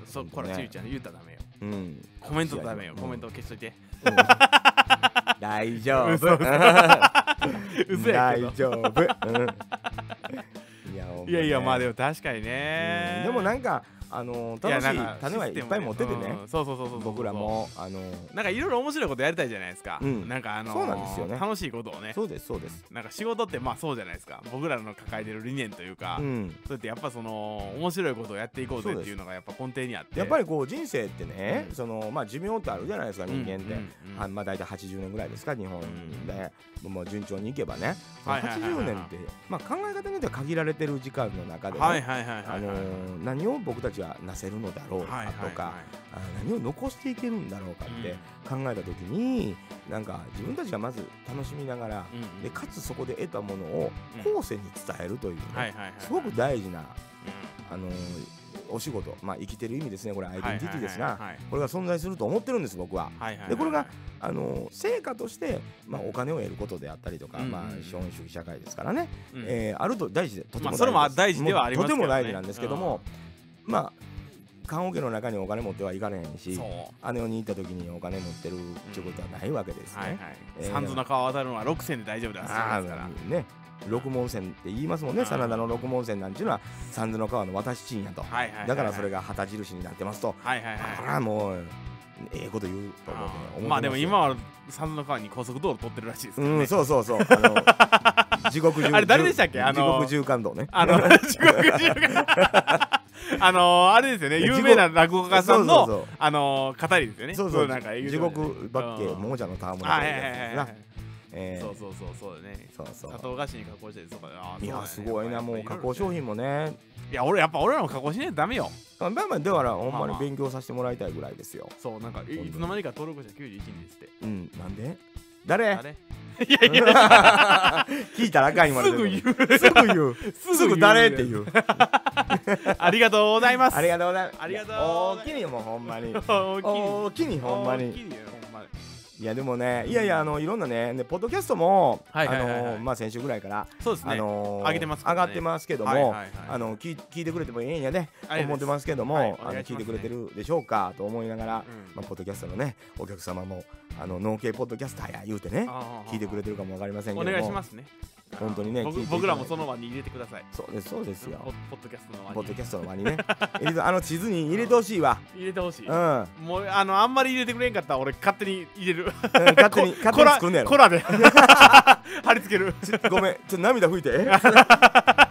そこらちゆちゃん言ったらダメよ
うん
コメントダメよ
うん
コメント消しといて
うん大丈夫。
嘘嘘嘘や
大
けど
丈夫。うんいや
いやいやまあで
も
も確かにね
でもなんんかあの
いや
楽し
なん
い
か
種はいっぱい持ってて
システ
ね
ムねうんそうそうそうそうそう
僕らもあの
なんかいろいろ面白いことやりたいじゃないですか、
うん
なんかあのー
そうなんですよね
楽しいことをね
そうですそうです。
なんか仕事ってまあそうじゃないですか僕らの抱えてる理念というか、
うん。
そうやってやっぱその面白いことをやっていこうぜ
そう
っ
です
ていうのがやっぱ根底にあって
やっぱりこう人生ってね
う、ん
そのまあ寿命ってあるじゃないですか人間って。
うんうんうん
あまあ、大体80年ぐらいですか日本
ん
で、もう順調にいけばねその
はいはいはいは
80
い
年って、まあ、考え方によっては限られてる時間の中でね、
はいはいはいはい
あのー何を僕たちはなせるのだろう
はい
か
はい
とか、あ何を残していけるんだろうかって考えた時に、なんか自分たちがまず楽しみながら、
うんうん
でかつそこで得たものを
うん
後世に伝えるというね、
はいはいはい
すごく大事な、
う
あのーお仕事、まあ、生きてる意味ですねこれアイ
ん
デンティティです
はい
が
はい
これが存在すると思ってるんです僕は。
はいはいはいはい
でこれがあのー成果として、まあ、お金を得ることであったりとか、
うんうん
まあ、資本主義社会ですからね、
うん
えーあると大事でとても大事です、
まあそれも大事ではありますけどね
もうとても大事なんですけども、まあ棺桶の中にお金持ってはいかれへんし
そう
姉に行った時にお金持ってるってことはないわけですね。
はいはい
えー
三途の川を渡るのは6線で大丈夫だ
あ
そ
あ
うですから
ね六門線って言いますもんね
うん
真田の六門線なんていうのは三途の川の渡し地やと、
はいはいはいはい
だからそれが旗印になってますと、
はいはいはい
あらもうええこと言うと思うけど思っ
あ
てす
ー
よ
まあでも今は三途の川に高速道路取ってるらしいですから
う
ね
んそうそうそう
[LAUGHS]
あの地獄縦
あれ誰でしたっけあの
地獄縦貫道ね
あ
[LAUGHS]
の、地獄 [LAUGHS] 中華あのあれですよね、有名な落語家さん
そう
の、
そう
あの語りですよね。
そうそう
なんか
地獄ばっけ
も
亡者の戯れ
あ、はい
み
はい
た
はいい
なや
は
つですな。
い
ええ
そうそうそう、そうだね。
そうそう
砂糖菓子に加工したりとか。あー
いや
そ
す
うだね
ごいなもう加工商。
やっぱい
品も
ろいろね
ね
いや、俺、やっぱ俺らも加工しないとダメよ。
まあまあだからほんま
まあま
に
あ
勉強させてもらいたいぐらいですよ
そう、なんか、いいつの間にか登録者91人ですって。
うんなんで誰
あれいやいや、
[LAUGHS] 聞いたらあかん今
すぐ言う。
すぐ言う
う
すぐ誰って言う
ありがとうございます。
ありがとうございます
ありがとう
大きにもうほんまに
[LAUGHS] 大きい。
大きにほんま
大き
に
いねほんまに
いやでもねいやいやあのいろんなねでポッドキャストもあ
はいはいはいはい
のまあ先週ぐらいから
そうですね。
あのー
上げてますけ
上
どね
がってますけど
はいはい
も
はい
あの聞い聞いてくれてもええんやで
ありがとうございます
思ってますけど
はいお
もあ
願
の
いします
聞いてくれてるでしょうかと思いながら
うん
まあポッドキャストのねお客様もあの農系ポッドキャスターや言うてね
あー
聞いてくれてるかもわかりませんけ
お
ども
願いしますね。
本当にね
僕
聞いていただいて
僕らもその場に入れてください。
そうですそうですよ
ポポッドキャストの
ポ
場
ッド
に
キャストの輪にね入れてあの地図に入れてほしいわ
入れてほしい。
うん、うん
もうあのあんまり入れてくれんかったら俺勝手に入れる。
勝手に
こ
勝手に作んねや
コ
ろ [LAUGHS]
ラコラで貼り付ける。
ごめんちょっと涙拭いて
[LAUGHS]
え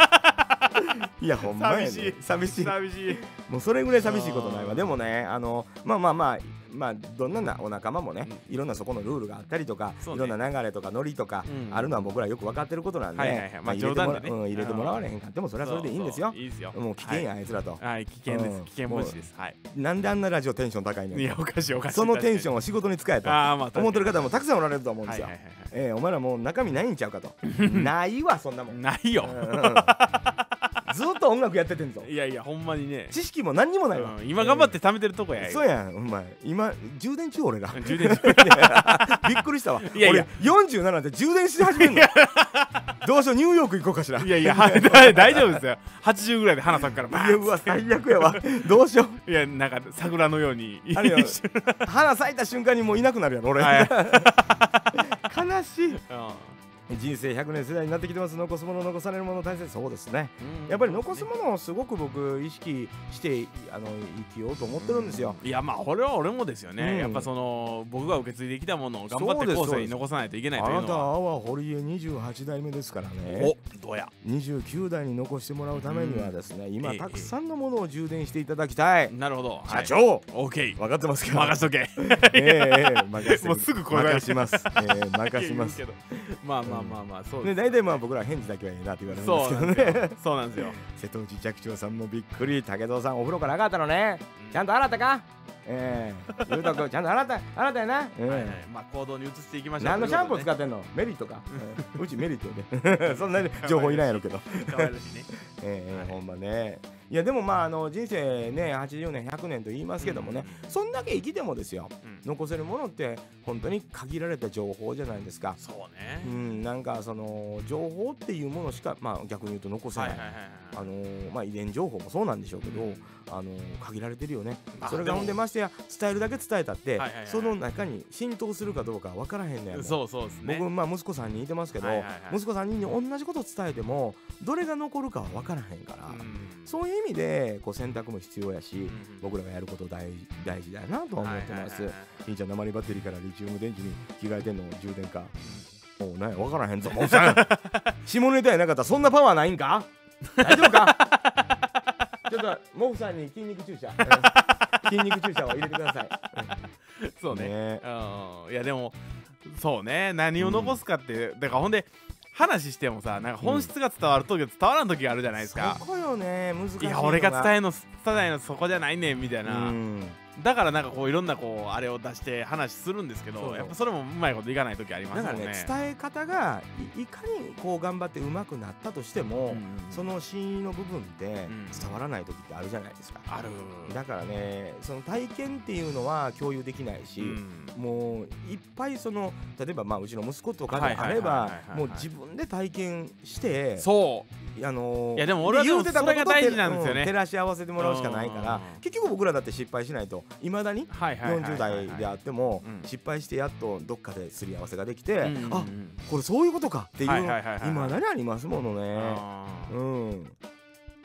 いやほんまやね
寂しい
寂しい
寂しい。
もうそれぐらい寂しいことない
あー
わでもねあのまあまあまあまあどんななお仲間もね、
う
いろんなそこのルールがあったりとか、
そう
い
ね
ろんな流れとかノリとか、
うん
あるのは僕らよく分かってることなんで、
はいはいはいまあ
入れてもら
冗談でね
うん、入れてもらわれへんかってもそれはそれでいいんですよ
そうそういいですよ。
もう危険や、あいつらと
はい。はい危険です。
うん
危険防止です。はい。
なんであんなラジオテンション高いの
いやおかしいおかしい。
そのテンショ
ン。
ンを仕事に使えと
ああまあ
思ってる
か
方もたくさんおられると思うんで
は
す
い
よ
はいはいは
えーお前らもう中身ないんちゃうかとないわそんなもん
い。
うん
ないよ。
ずっと音楽やっててんぞ
いやいやほんまにね。
知識も何にもないわ、
うん今頑張って貯めてるとこや。
そうやんお前今充電中俺 [LAUGHS] ら
充電中。
びっくりしたわ
いやいや
俺47で充電し始めんのどうしようニューヨーク行こうかしら
いやい
[LAUGHS]
や [LAUGHS] は大丈夫ですよ。80ぐらいで花咲くからバーン
いやうわ最悪やわどうしよ
いやなんか桜のように
あれ
[LAUGHS]
よ
一緒に
う花咲いた瞬間にもういなくなるやろ俺
はい
悲しい
うん
人生100年世代になってきてます残すもの残されるもの大切そうですね
うん
やっぱり残すものをすごく僕意識してあの生きようと思ってるんですよ、
いやまあこれは俺もですよね、
うん
やっぱその僕が受け継いできたものを頑
そ
張
う
っ
で
て
す
後
そう
世
で
に
す
残さないといけないと
あ
いう
なた
のは
は堀江28代目ですからね
おどうや
29代に残してもらうためにはですね、今
ええ
たくさんのものを充電していただきたい、
なるほど
社
はい、
長
OK
分かってますか
任しとけ
ええええ任せて
もうすぐ声が
任します、ええ任します
言うけどまあまあまあまあそう
ね
です、
大体まあ僕ら返事だけはええなって言わ
そ
れ
う
る
なんん
ですけど
です
ね
よそうなんですよ
瀬戸内寂聴さんもびっくり武藤さんお風呂から上がったのねちゃんと洗ったかええゆうとくんちゃんと洗った洗ったよな、うん
はいはいまあ行動に移していきましょう
何のシャンプー使
っ
ってんのメリットか、ええうちメリットで [LAUGHS] そんな情報いないやろうけど [LAUGHS]
て可愛らしいね
ええ
はい
ほんまねいやでもまああの人生ね80年100年と言いますけどもね、そんだけ生きてもですよ
うんうん
残せるものって本当に限られた情報じゃないですか
そう
う
ね
んなんかその情報っていうものしかまあ逆に言うと残せな
はい
い、
はいはい
あ
はい
のーまあ、遺伝情報もそうなんでしょうけど、
うん
あのー限られてるよね
まあ
それがほんでましてや伝えるだけ伝えたって、
はいはいはい
その中に浸透するかどうか分からへんねやもん
そうそうですね
僕、まあ、息子さんにいてますけど、
はいはいはい
息子さんに同じこと伝えてもどれが残るかは分からへんから、
うん
そういう意味でこう選択も必要やし、
ん
僕らがやること大大事だなとは思ってます。
はいはいはいはい
金ちゃん鉛バッテリーからリチウム電池に着替えてんの充電かおうなんや分からへんぞもうさ
[LAUGHS]
ん下ネタやなかったらそんなパワーないんか大丈夫
[LAUGHS]
かちょっとモフさんに筋肉注射うん筋肉注射を入れてください
そうね
ね
うんいやでもそうね何を残すかって、だからほんで話してもさなんか本質が伝わる時と伝わらん時があるじゃないですか
そ、こよね難しい
いや俺が伝
え
えの伝えないのそこじゃないねんみたいな、だからなんかこういろんなこうあれを出して話するんですけど
そうそう
やっぱそれもうまいこといかない時あります
だか
もん
ら
ね
ね伝え方がいいかにこう頑張って上手くなったとしても、
うんうんうん
その真意の部分って
ん
伝わらない時ってあるじゃないですか、
ある
だからねその体験っていうのは共有できないし、
うん
もういっぱいその例えばまあうちの息子とか
はい
で
は
あ
いは
れ
いはいはい
ばもう自分で体験して
そう
あのー
いやでも俺はでも
言うてたこと
それが大事なんですよね
照らし合わせてもらうしかないから
うん
結局僕らだって失敗しないといまだに
はいはいはいはい
40代であっても
うん
失敗してやっとどっかですり合わせができて、
うんうんうん
あこれそういうことかっていう
はいいはいはいはい
まだにありますものね。
あー
うん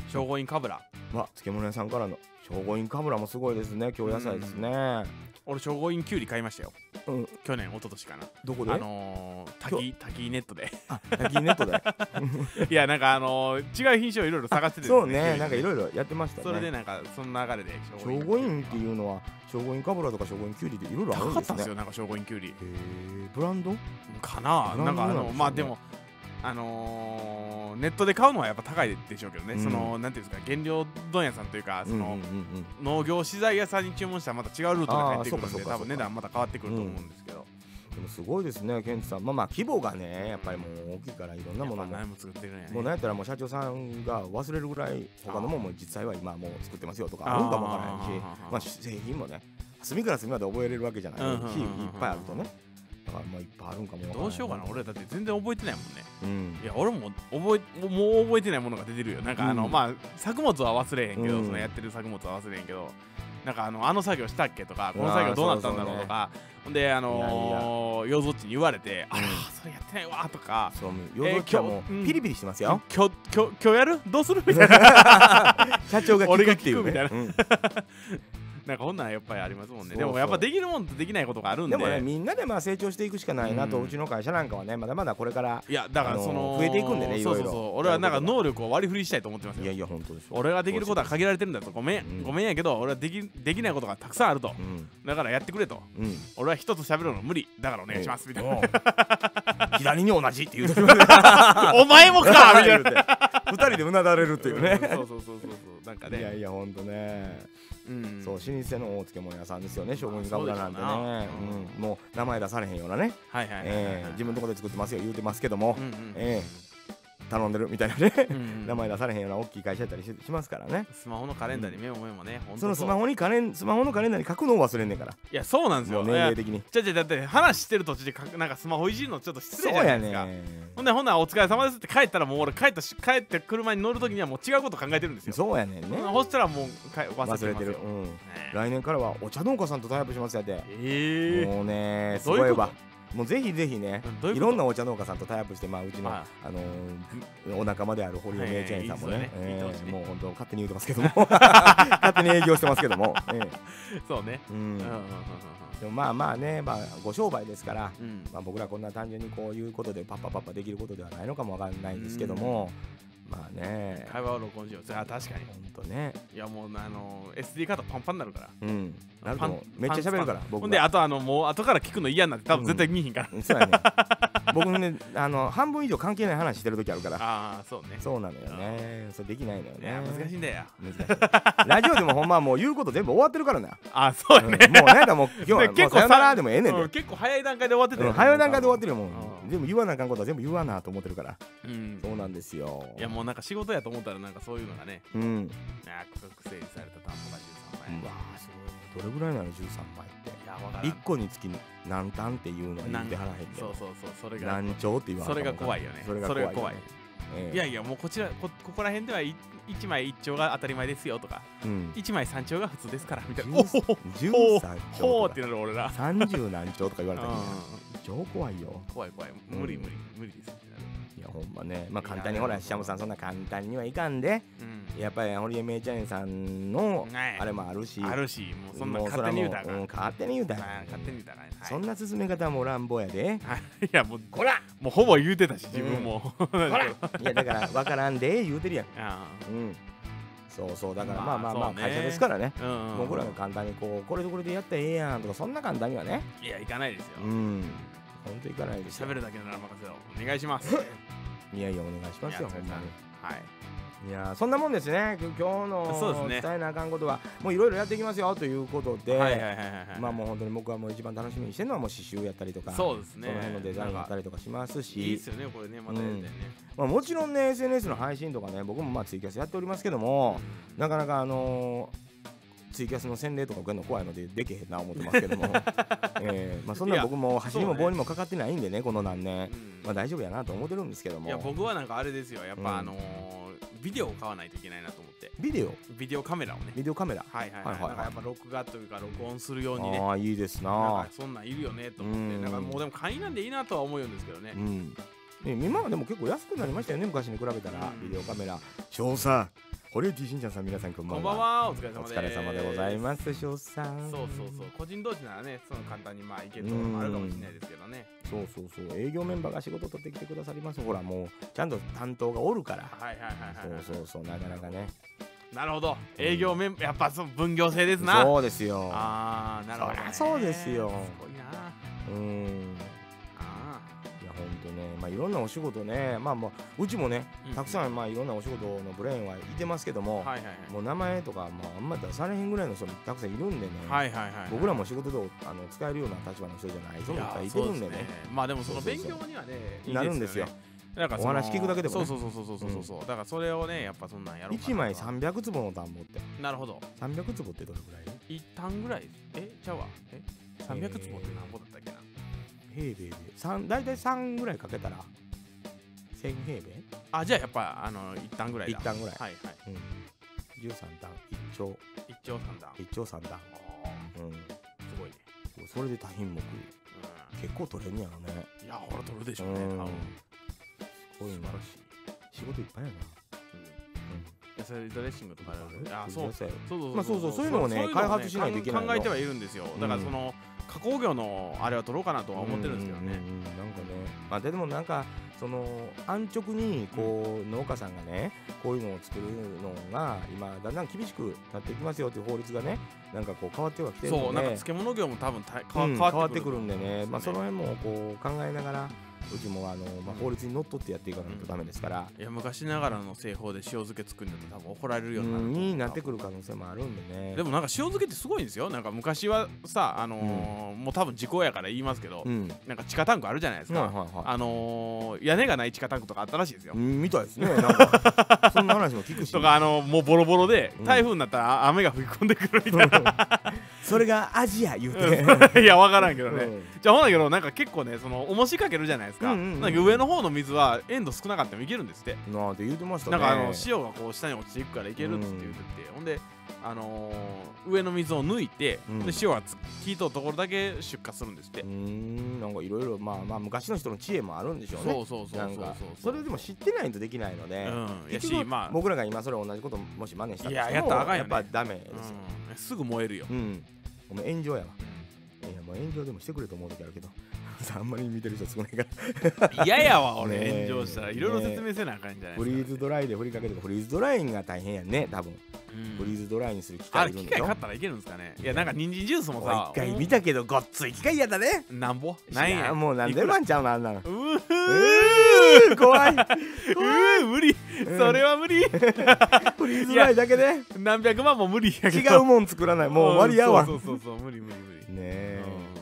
聖護院かぶら
まあ漬物屋さんからの聖護院かぶらもすごいですね京野菜ですね。
俺聖護院きゅうり買いましたよ
うん、
去年一昨年かな
どこで、
あのー、滝滝ネットで
焼きネッ
[LAUGHS]
トで
いやなんかあのー、違う品種をいろいろ探してて
そうねなんかい
い
ろいろやってましたね。
それでなんかその流れで
聖護院っていうのは聖護院かぶらとか聖護院きゅうりでいろいろある
高
んで
かっ
す
たん
ね
ですよなんか聖護院きゅうり
へえブランド
かな
ブラ
な
ン
ん
ド
かあ
なんで
の
しょうね
まあでもあのー、ネットで買うのはやっぱ高いでしょうけどね、
うん
そのなんていうんですか原料問屋さんというかその、
うんうん
農業資材屋さんに注文したらまた違うルートで
あー
帰ってくるん
そうかそう
で
か
多分値段また変わってくると思うんですけど、
うんでもすごいですねケンチさんまあまあ規模がねやっぱりもう大きいからいろんな
や
も
っ
の
ぱ
も
何も作ってるんやね
もうなんやったらもう社長さんが忘れるぐらい他のもんも実際は今もう作ってますよとかあるんかもわからへんし
あー
まあ製品もね隅から隅まで覚えれるわけじゃないし
うんうんうんうん
いっぱいあるとねだからまあいっぱいあるんかもわから
どうしようかな俺だって全然覚えてないもんね
俺うん
いや俺も覚えもう覚えてないものが出てるよなんかあの、
うん
まあ作物は忘れへんけど、
うん
そのやってる作物は忘れへんけどなんかあのあの作業したっけとか
う
こ
わー
の作業どうなったんだろうとかほんであのー、養蔵地に言われて、
うん
あらーそれやってないわーとか
そう
ー
夜時はも
今日う
うんピリピリしてますよ
今日今日今日やるどう
[LAUGHS]
するみたいな
社長が聞くっていうね
俺が聞
うん
なんかこんなんやっぱりありますもん
そうそ
ね
う
でもやっぱできるもんとできないことがあるん
で
で
もねみんなでまあ成長していくしかないなと、う
うん
ちの会社なんかはねまだまだこれから
いやだからそ
あの
の
ー増えていくんでね
そうそう
いろい
そ
ろ
う俺はなんか能力を割り振りしたいと思ってます
いや
よ
いや本当でしょ
俺ができることは限られてるんだとごめん、
うん
ごめんやけど俺はできできないことがたくさんあると
うん
だからやってくれと
うん
俺は人と喋るの無理だからお願いしますみたいな [LAUGHS]
な左に同じっていう時も
お前もかみたいな
言うて [LAUGHS] 二人でうなだれるっていうね
そうそうそうそうそうなんか
いや
ね
いやほんとね、
うん
そう老舗の大漬物屋さんですよね将軍
あ
ガブラなんてね
そうでしょうな
うんもう名前出されへんようなね、
はいはいはいはいはい
えー自分のとこで作ってますよ言うてますけども、
うんうん
えー頼んでるみたいなね、
うんうん
名前出されへんような大きい会社やったりししますからね
スマホのカレンダーにメモメモねほんと
そのスマ
ホ
ホにカレンスマホのカレンダーに書くのを忘れんねんから
いやそうなんです
もう
よい
年
や
齢的に
じゃじゃだって話してる途中でかなんかスマホいじるのちょっと失
そう
礼じゃな
や
いですか
ね
ほんでほんならお疲れ様ですって帰ったらもう俺帰ったし帰って車に乗るときにはもう違うこと考えてるんですよ
そうやねんね
ほんならほしたらもうか忘れてます
忘
よ
れてる、うん
ね
来年からはお茶農家さんとタイアップしますやって、
ええ
もうねす
どう
ご
い
いう
こ
わ
と
もうぜひぜひね
うんどういうこと
いろんなお茶農家さんとタイアップして、まあ、うちの,、
は
あのーお仲間である堀尾名茶園さんもね,、
はいはいいいですよねいい投資ね
もう本当勝手に言うてますけ
[LAUGHS]
ども勝手に営業してますけども、ええ
そうね
う
うんんうんうんうん
でもまあまあね、まあ、ご商売ですから、
うん
まあ、僕らこんな単純にこういうことでパッパパッパできることではないのかもわからないんですけども、まあね
会話を録音しようあ確かに
ほんとね
いやもうあの SD カードパンパンになるから
うんなる
パ
と
ン
思うめっちゃ喋るから
パンほ
僕
んで
が
あとあのもう後から聞くの嫌になって多分絶対見ひんから、
うんそうやね僕ねあの半分以上関係ない話してる時あるから
ああそうね
そうなのよねそれできないのよ
い
ね
や難しいんだよ
難しいラジオでもほんまはもう言うこと全部終わってるからな、
ああ [LAUGHS] そう
う
や
んも
ね
う、なんやったらもう今日は
で
もう
結構
さよなら
さ
でもええねんで
うん結構早い段階で終わってた
う
よ
ん
ね
早い段階で終わってるよも
うん
う全部言わなあかんことは全部言わなあと思ってるから
うん
そうなんですよ
いやもうなんか仕事やと思ったらなんかそういうのがね
うん
あー覚醒された単語が13
う
枚
わあすごいどれぐらいなの13枚って
いやわからん
1個につき何単っていうのは言ってはらへんけ
そ
ど
うそうそうそれが
何丁って言わは
そ
ら
れ
へん
が怖いよね
それが
そ
怖い
れ
よ
が
ね
怖い
ええ
いやいやもうこちらこここら辺ではい1枚1丁が当たり前ですよとか
うん
1枚3丁が普通ですから
[LAUGHS]
みたいな
13
おほほ
13
ほ
丁と
ーって
か
なる俺ら
30何丁とか言われたら
う
超怖いよ
ん怖い怖い
うん
無理無理無理です
いやほんまねまあ
いや
簡単にほらシャムさんそんな簡単にはいかんでやっぱり堀江芽衣ちゃんさんの
はい
あれもあるし
うんあるしもうそんな
もう
勝手に言うたらあ
そ
か
れはも
ん
ううん勝手に言うたらあ
あ
かん
ー勝手に言うたらあかんはい
そんな進め方はもう乱暴やで
[LAUGHS] はいいやもう
こら
もうほぼ言うてたし自分も
こらいやだから分からんで言うてるやん
あ
うん、そうそうだからま
ま
あ
あ
まあまあ
そうね
会社ですからね
ーうん
僕らが簡単にこうこれとこれでやったらええやんとかそんな簡単にはね
いや行かないですよ
うん本当いかないですよ
喋るだけなら任せろお願いします
いやいやお願いしますよ
いや
ほんまに
はい
いやーそんなもんですねきょ今日
そうで
の
すね
伝えなあかんことはもういろいろやっていきますよということで、
はいはいはいはいはい
まあもう本当に僕はもう一番楽しみにしてるのはもう刺繍やったりとか
そうですね
その辺のデザインやったりとかしますし
いいっすよねこれねまたやりたいね
まあ、もちろんね SNS の配信とかね僕もまあツイキャスやっておりますけども、なかなかあのーツイキャスの洗礼とか受けるの怖いのでできへんな思ってますけど
[LAUGHS]
も、えーまあ、そん
い
な
や
僕も走りも
そうね
棒にもかかってないんでねこの何年
う、ん
まあ、大丈夫やなと思ってるんですけど
いや
も
僕はなんかあれですよやっ
うん
ぱあのービデオを買わないといけないなと思って
ビデオ
ビデオカメラをね
ビデオカメラ、
はいはい
は
はいい
はいはい
なんかやっぱ録画というか録音するようにね
ああいいです
なん
な
かそんなんいるよねと思っ
うん
てなんかもうでも簡易なんでいいなとは思うんですけどね
うんね、今はでも結構安くなりましたよね昔に比べたら、
うん
ビデオカメラ翔さん堀内しんちゃんさん皆さんこんば
こ
ん
んばん
は
はお疲れ
お
様です
疲れ様でございます翔さん
そうそうそう個人同士ならねその簡単にまあいけるところもあるかもしれないですけどね
そうそうそう営業メンバーが仕事取ってきてくださりますほらもうちゃんと担当がおるから
はいはいはいはいはい
そうそうそうなかなかね
なるほど営業メンやっぱその分業制ですな
そうですよ
ああなるほどね
そりゃそうですよ
すごいなあ
うん
あ
いやほんとねまあいろんなお仕事ねまあまあうちもね
うん
たくさんまあいろんなお仕事のブレーンはいてますけども、
はいはいはい
もう名前とかまああんま出されへんぐらいの人もたくさんいるんでね、
はいはいはい
僕らも仕事でおあの使えるような立場の人じゃない人もいっぱいいてるんでね
まあでもその
そうそう
勉
そう
強にはねいい
なるんですよ
ねだからその
お話聞くだけでもね
そうそうそうそうそうそうそうだからそれをねやっぱそんなんやろうかな
1枚300坪の田んぼって
なるほど
300坪ってどれぐらい
一旦ぐらいえちゃうわえ300坪って何ぼだったっけな
平米で三大体3ぐらいかけたら1000平米
あじゃあやっぱあの一旦ぐらいだ
一旦ぐらい
はいはい
13段1丁
一丁三段
1丁3段
あー
う
すごいね
んそれで多品目結構取れんねやろね
うんいやほら取るでしょう
う
ね
ん
多分
すごい
素晴
な
らしい
仕事いっぱいやな
うん野菜ドレッシングとか
うん
あそう
そう
そう
まあそうそうそういうのをね開発しないといけないの
考えてはいるんですよだか
うん
らその、加工業のあれは取ろうかなとは思ってるんですけどね、
うううんなんかねまあでもなんかその安直にこう農家さんがねこういうのを作るのが今だんだん厳しくなってきますよっていう法律がねなんかこう変わってはきてるので
そうなんか漬物業も多分た変わ,、
うん変わってくるんでね、まあ、その
い
辺もこう考えながらうちもあの、まあ、法律にのっとってやっていかないとダメですから、
や昔ながらの製法で塩漬け作るんだと多分怒られるようになると
うん
思う
になってくる可能性もあるんでね
でもなんか塩漬けってすごいんですよなんか昔はさあのーもう多分時効やから言いますけど、
うん、は
なんか地下タンクあるじゃないです
い
か、
はいは
あのー屋根がない地下タンクとかあったらしいですよ、
いうんみたいですねなんか [LAUGHS] そんな話も聞くし
とかあのもうボロボロで
うん
台風になったら雨が吹き込んでくるみたいな、
それがアジア言うて、
いや分からんけど
う
ね、
ん
じゃあほんだけどなんか結構ねその重しかけるじゃないですか,、
うんうんうん
なんか上の方の水は塩度少なかったもいけるんですって、
なんて言うてました
な
ね
んかあの塩がこう下に落ちていくからいけるっつって言ってて、ほんであのー上の水を抜いて、
うん
で塩がつきとうところだけ出荷するんですって、
うーんなんかいろいろまあまあ昔の人の知恵もあるんでしょうね
そうそうそうそう
なんかそれでも知ってないとできないので、
うんや
結
し
局
まあ、
僕らが今それ同じこともし真似したとしても
いややったらあかん
や
よ
っ
ね
ぱダメですよ、
うん、すぐ燃えるよ、
うん。お前炎上やわ。いや、もう炎上でもしてくれと思う時あるけど。 [LAUGHS] さあんまり見てる人少ないから。
嫌ややわ
[LAUGHS]
俺、
ねえ
炎上したらいろいろ説明せなあかんじゃない
フ
で
リ
す
ーズドライで振りかけても、フリーズドライが大変やんね、多分。
か、う
フ
ん
リーズドライにする機
あ
械
れ
いる
機
んでし
械
ょ
買っ。たらいけるんですかねいやなんか人参ジュースも
おい
さ
一回見たけど、ごっつい機械やだね。
なんぼなんや
もう何で
いくら
もあんちゃうな、あんなの。
うー
うー怖い。
うー無理、
うん
それは無理
フリーズドライだけで。
何百万も無理やけ
違
ど
うもん作らない。もう終わりやわ。
そ
ね
うそうそうそう無理無理無理、
え
うん。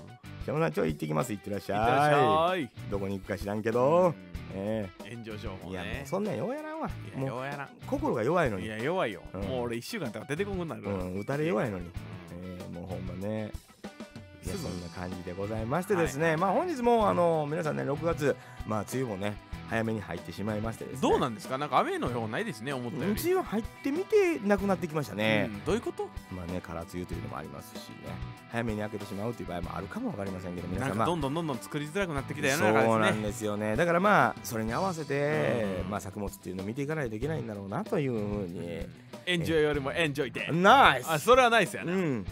じゃあ、ほなちょい行ってきます。行ってらっし
いってらっし
ゃ
ゃい
い。どこに行くか知らんけ
う
ど
ん。
え
炎上情
え。
報
いや、も
ね
うそんなんようやらんわ。
いや
もう
弱いな
心が弱いの
い
に。
や弱いよ、
うん
もう俺1週間とか出てこんくなる
う
わ、
ん、打たれ弱いのに。
うん
えーもうほんまねいや
す
そ
ぐ
んな感じでございましてですね、
はい
まあ本日もあの皆さんね6月まあ梅雨もね早めに入ってしまいましてですね
どうなんんですかなんか雨のうないですね思ったよ
梅
り、
雨入ってみてなくなってきましたね
う、んどういうこと
まあね空梅雨というのもありますしね早めに開けてしまうという場合もあるかもわかりませんけど皆
なん
様
かどんどんどんどん作りづらくなってきた世の中
そうな
です
ん
ね
ですよねだからまあそれに合わせて、
うん
まあ、作物っていうのを見ていかないといけないんだろうなというふうに、
エンジョイよりもエンジョイで、
ナイス
あそれはないですよ
う
ね、
ん、
うん、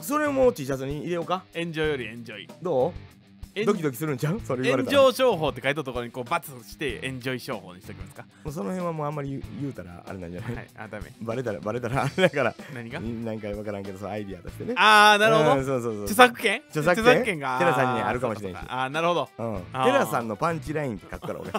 それも T シャツに入れようか
エンジョイよりエンジョイ
どう
エン
ドキドキするんちゃうそれ言われ
炎
たら
上商法って書いたところにこうバツして炎上商法にしときますか。
もうその辺はもうあんまり言うたらあれなんじゃない、
はい、あ、ダメ。
バレたらバレたらあれだから
何が
何回分からんけどそのアイディアとしてね
あー、なるほど。
うん、そうそうそう
著作権
著作権
が。
テラさんにあるかもしれんし
あーそうかそうかあー、なるほど。
うん、テ
あー
ラさんのパンチラインって書くから
[LAUGHS]
俺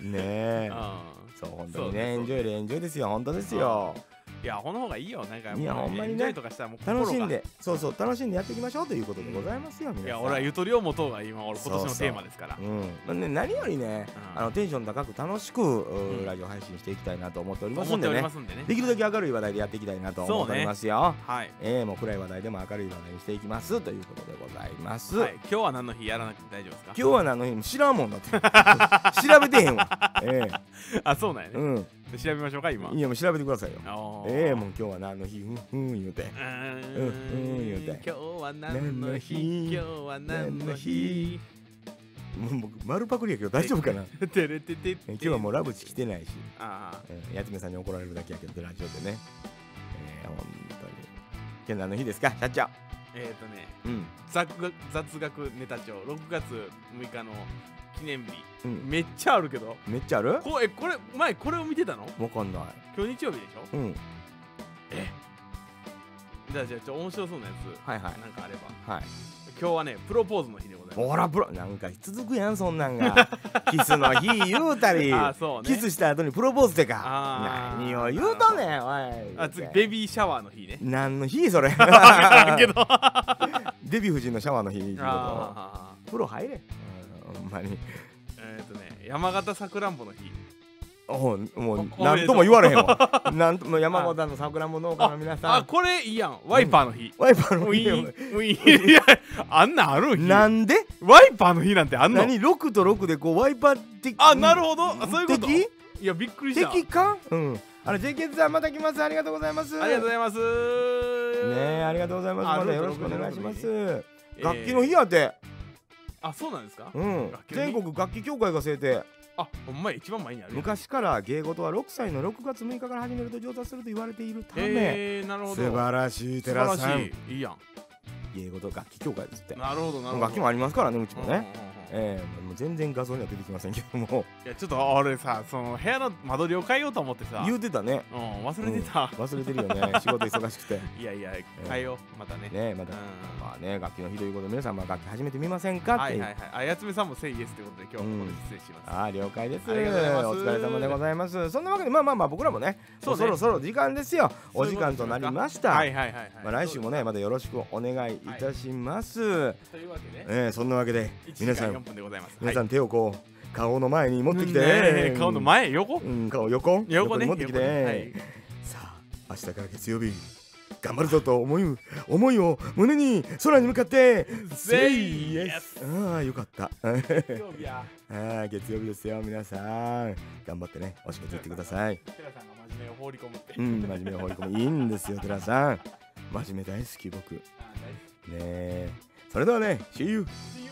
ねえ
う
そう本当に
そうね
ねエンジョイでエンジョイですよ本当ですよ
ん。いや、この方がいいよ。なんか、
いやほんまにね
エンジョイとかしたらもう心
楽
が
しん。でそうそう楽しんでやっていきましょうということでございますよ、皆
い
さん
や、俺はゆとりを持とうが今、俺今年のテーマですから。
うんまあね、何よりね、
うん
あのテンション高く楽しく、う
うん
ラジオ配信していきたいなと思っております
思
ん
って
で
おり
ね
ますんでね。
できるだけ明るい話題でやっていきたいなと思っておりますよ、
はい。
ええもう暗い話題でも明るい話題にしていきますということでございます、
はい。今日は何の日やらなくて大丈夫ですか
今日は何の日も知らんもんだって
[LAUGHS]
調べてへんわえ
あ、そうなんや
え
ね。調べましょうか、今。
うんいやもう調べてくださいよええも
う。
う今日は何の日ふんふん言うて
うー
うんうん
ん
言うて
今日は何の
何の
日
日
今日は何の日
もう僕丸パクリやけど大丈夫かな
てれててて
え今日はもうラブチ来てないし、
あ
うん、やつめさんに怒られるだけやけどラジオでねええ本当に今日何の日ですか社長
あえっ、ー、とね
うん
雑学雑学ネタ帳6月6日の記念日
うん
めっちゃあるけど
めっちゃある
こえこれ前これを見てたの
わかんない
今日日曜日でし
うん
ょじゃあじゃあちょ面白そうなやつ、
はいはい
なんかあれば
はい
今日はねプロポーズの日でございます
ほらプロなんか続くやんそんなん
[LAUGHS]
がキスの日言うたり、
あーそうね
キスした後にプロポーズって
あ
か
ー
何を言うとんねんおい
あ次ベビーシャワーの日ね
何の日それ
わからんけど
[LAUGHS] デヴィ夫人のシャワーの日ってこと
あー
風呂入れうんほんまに
えっ、ー、とね山形さくらんぼの日
おうもう
お
何とも言われへんわなんとも山本の桜も農家の皆さ
あ
ん
これいいやんワイパーの日、
ワイパー
ウ
の
ィ
日
ーンウィーンいやあんなんあるん日
な
ワ
んで
イパーの日なんてあんの
何6と6でこうワイパー的
あなるほどあそういうこと
的
いやびっくりした
的かうんあの JK さんまた来ますありがとうございます
ありがとうございます。ね
ねえありがとうございます。
あ
また
り
よ
が
ろ
と
し
う
く
ご
お
ざい
願
ま
い
す
します。楽器の日やて、
あ、そうなんですか。
うん
楽、器の日
全国楽器協会が制定。
あ、ほんまや一番前にある。
昔から芸事は6歳の6月6日から始めると上達すると言われているため、
えー、なるほど。
素晴らしい
素晴
寺さ
ら
ん
し。い。いいやん。
芸事楽器協会ですって。
なるほどなるほど。
楽器もありますからねうちも
うんうんうん
ね。ええもう全然画像には出てきませんけども、
いやちょっと俺さ、その部屋の間取りを変えようと思ってさ、
言うてたね。
うん忘れてた。
忘れてるよ
[LAUGHS]
ね。仕事忙しくて。
いやいや変えようまたね。
ねま
うん
た。まあね楽器の日ということで皆さんまあ楽器始めてみませんかっ
は
てい
いうはいはい。あやつめさんもせいイエスということで今日はここで失礼します。
あー了解です
ありがとうございます
お疲れ様でございますそんなわけでまあまあまあ僕らもね
そうね
そろそろ時間ですよ
そう
お
いう
時
こと
間
にし
とな
ますか
りました
はいはいはいはい。
まあ、来週もねまたよろしくお願いいたします、
というわけで
えーそんなわけで
一時
皆さ
間
ん、
4分でございます。
皆さ
ん
ん手をこう顔の前に持ってきて、
顔の前横
うん、顔横
横ね
に持ってきて、
横にはい
さあ明日から月曜日頑張るぞと思い思いを胸に空に向かって
せい
せ
や
い
す
ああよかったあ
曜日や
あ月曜日ですよ皆さん頑張ってねお仕事行ってください
寺さんが真面目を放り込むって、
うん真面目を放り込みいいんですよ寺さん真面目大好き僕ね
あー大好
えそれではね See you!
き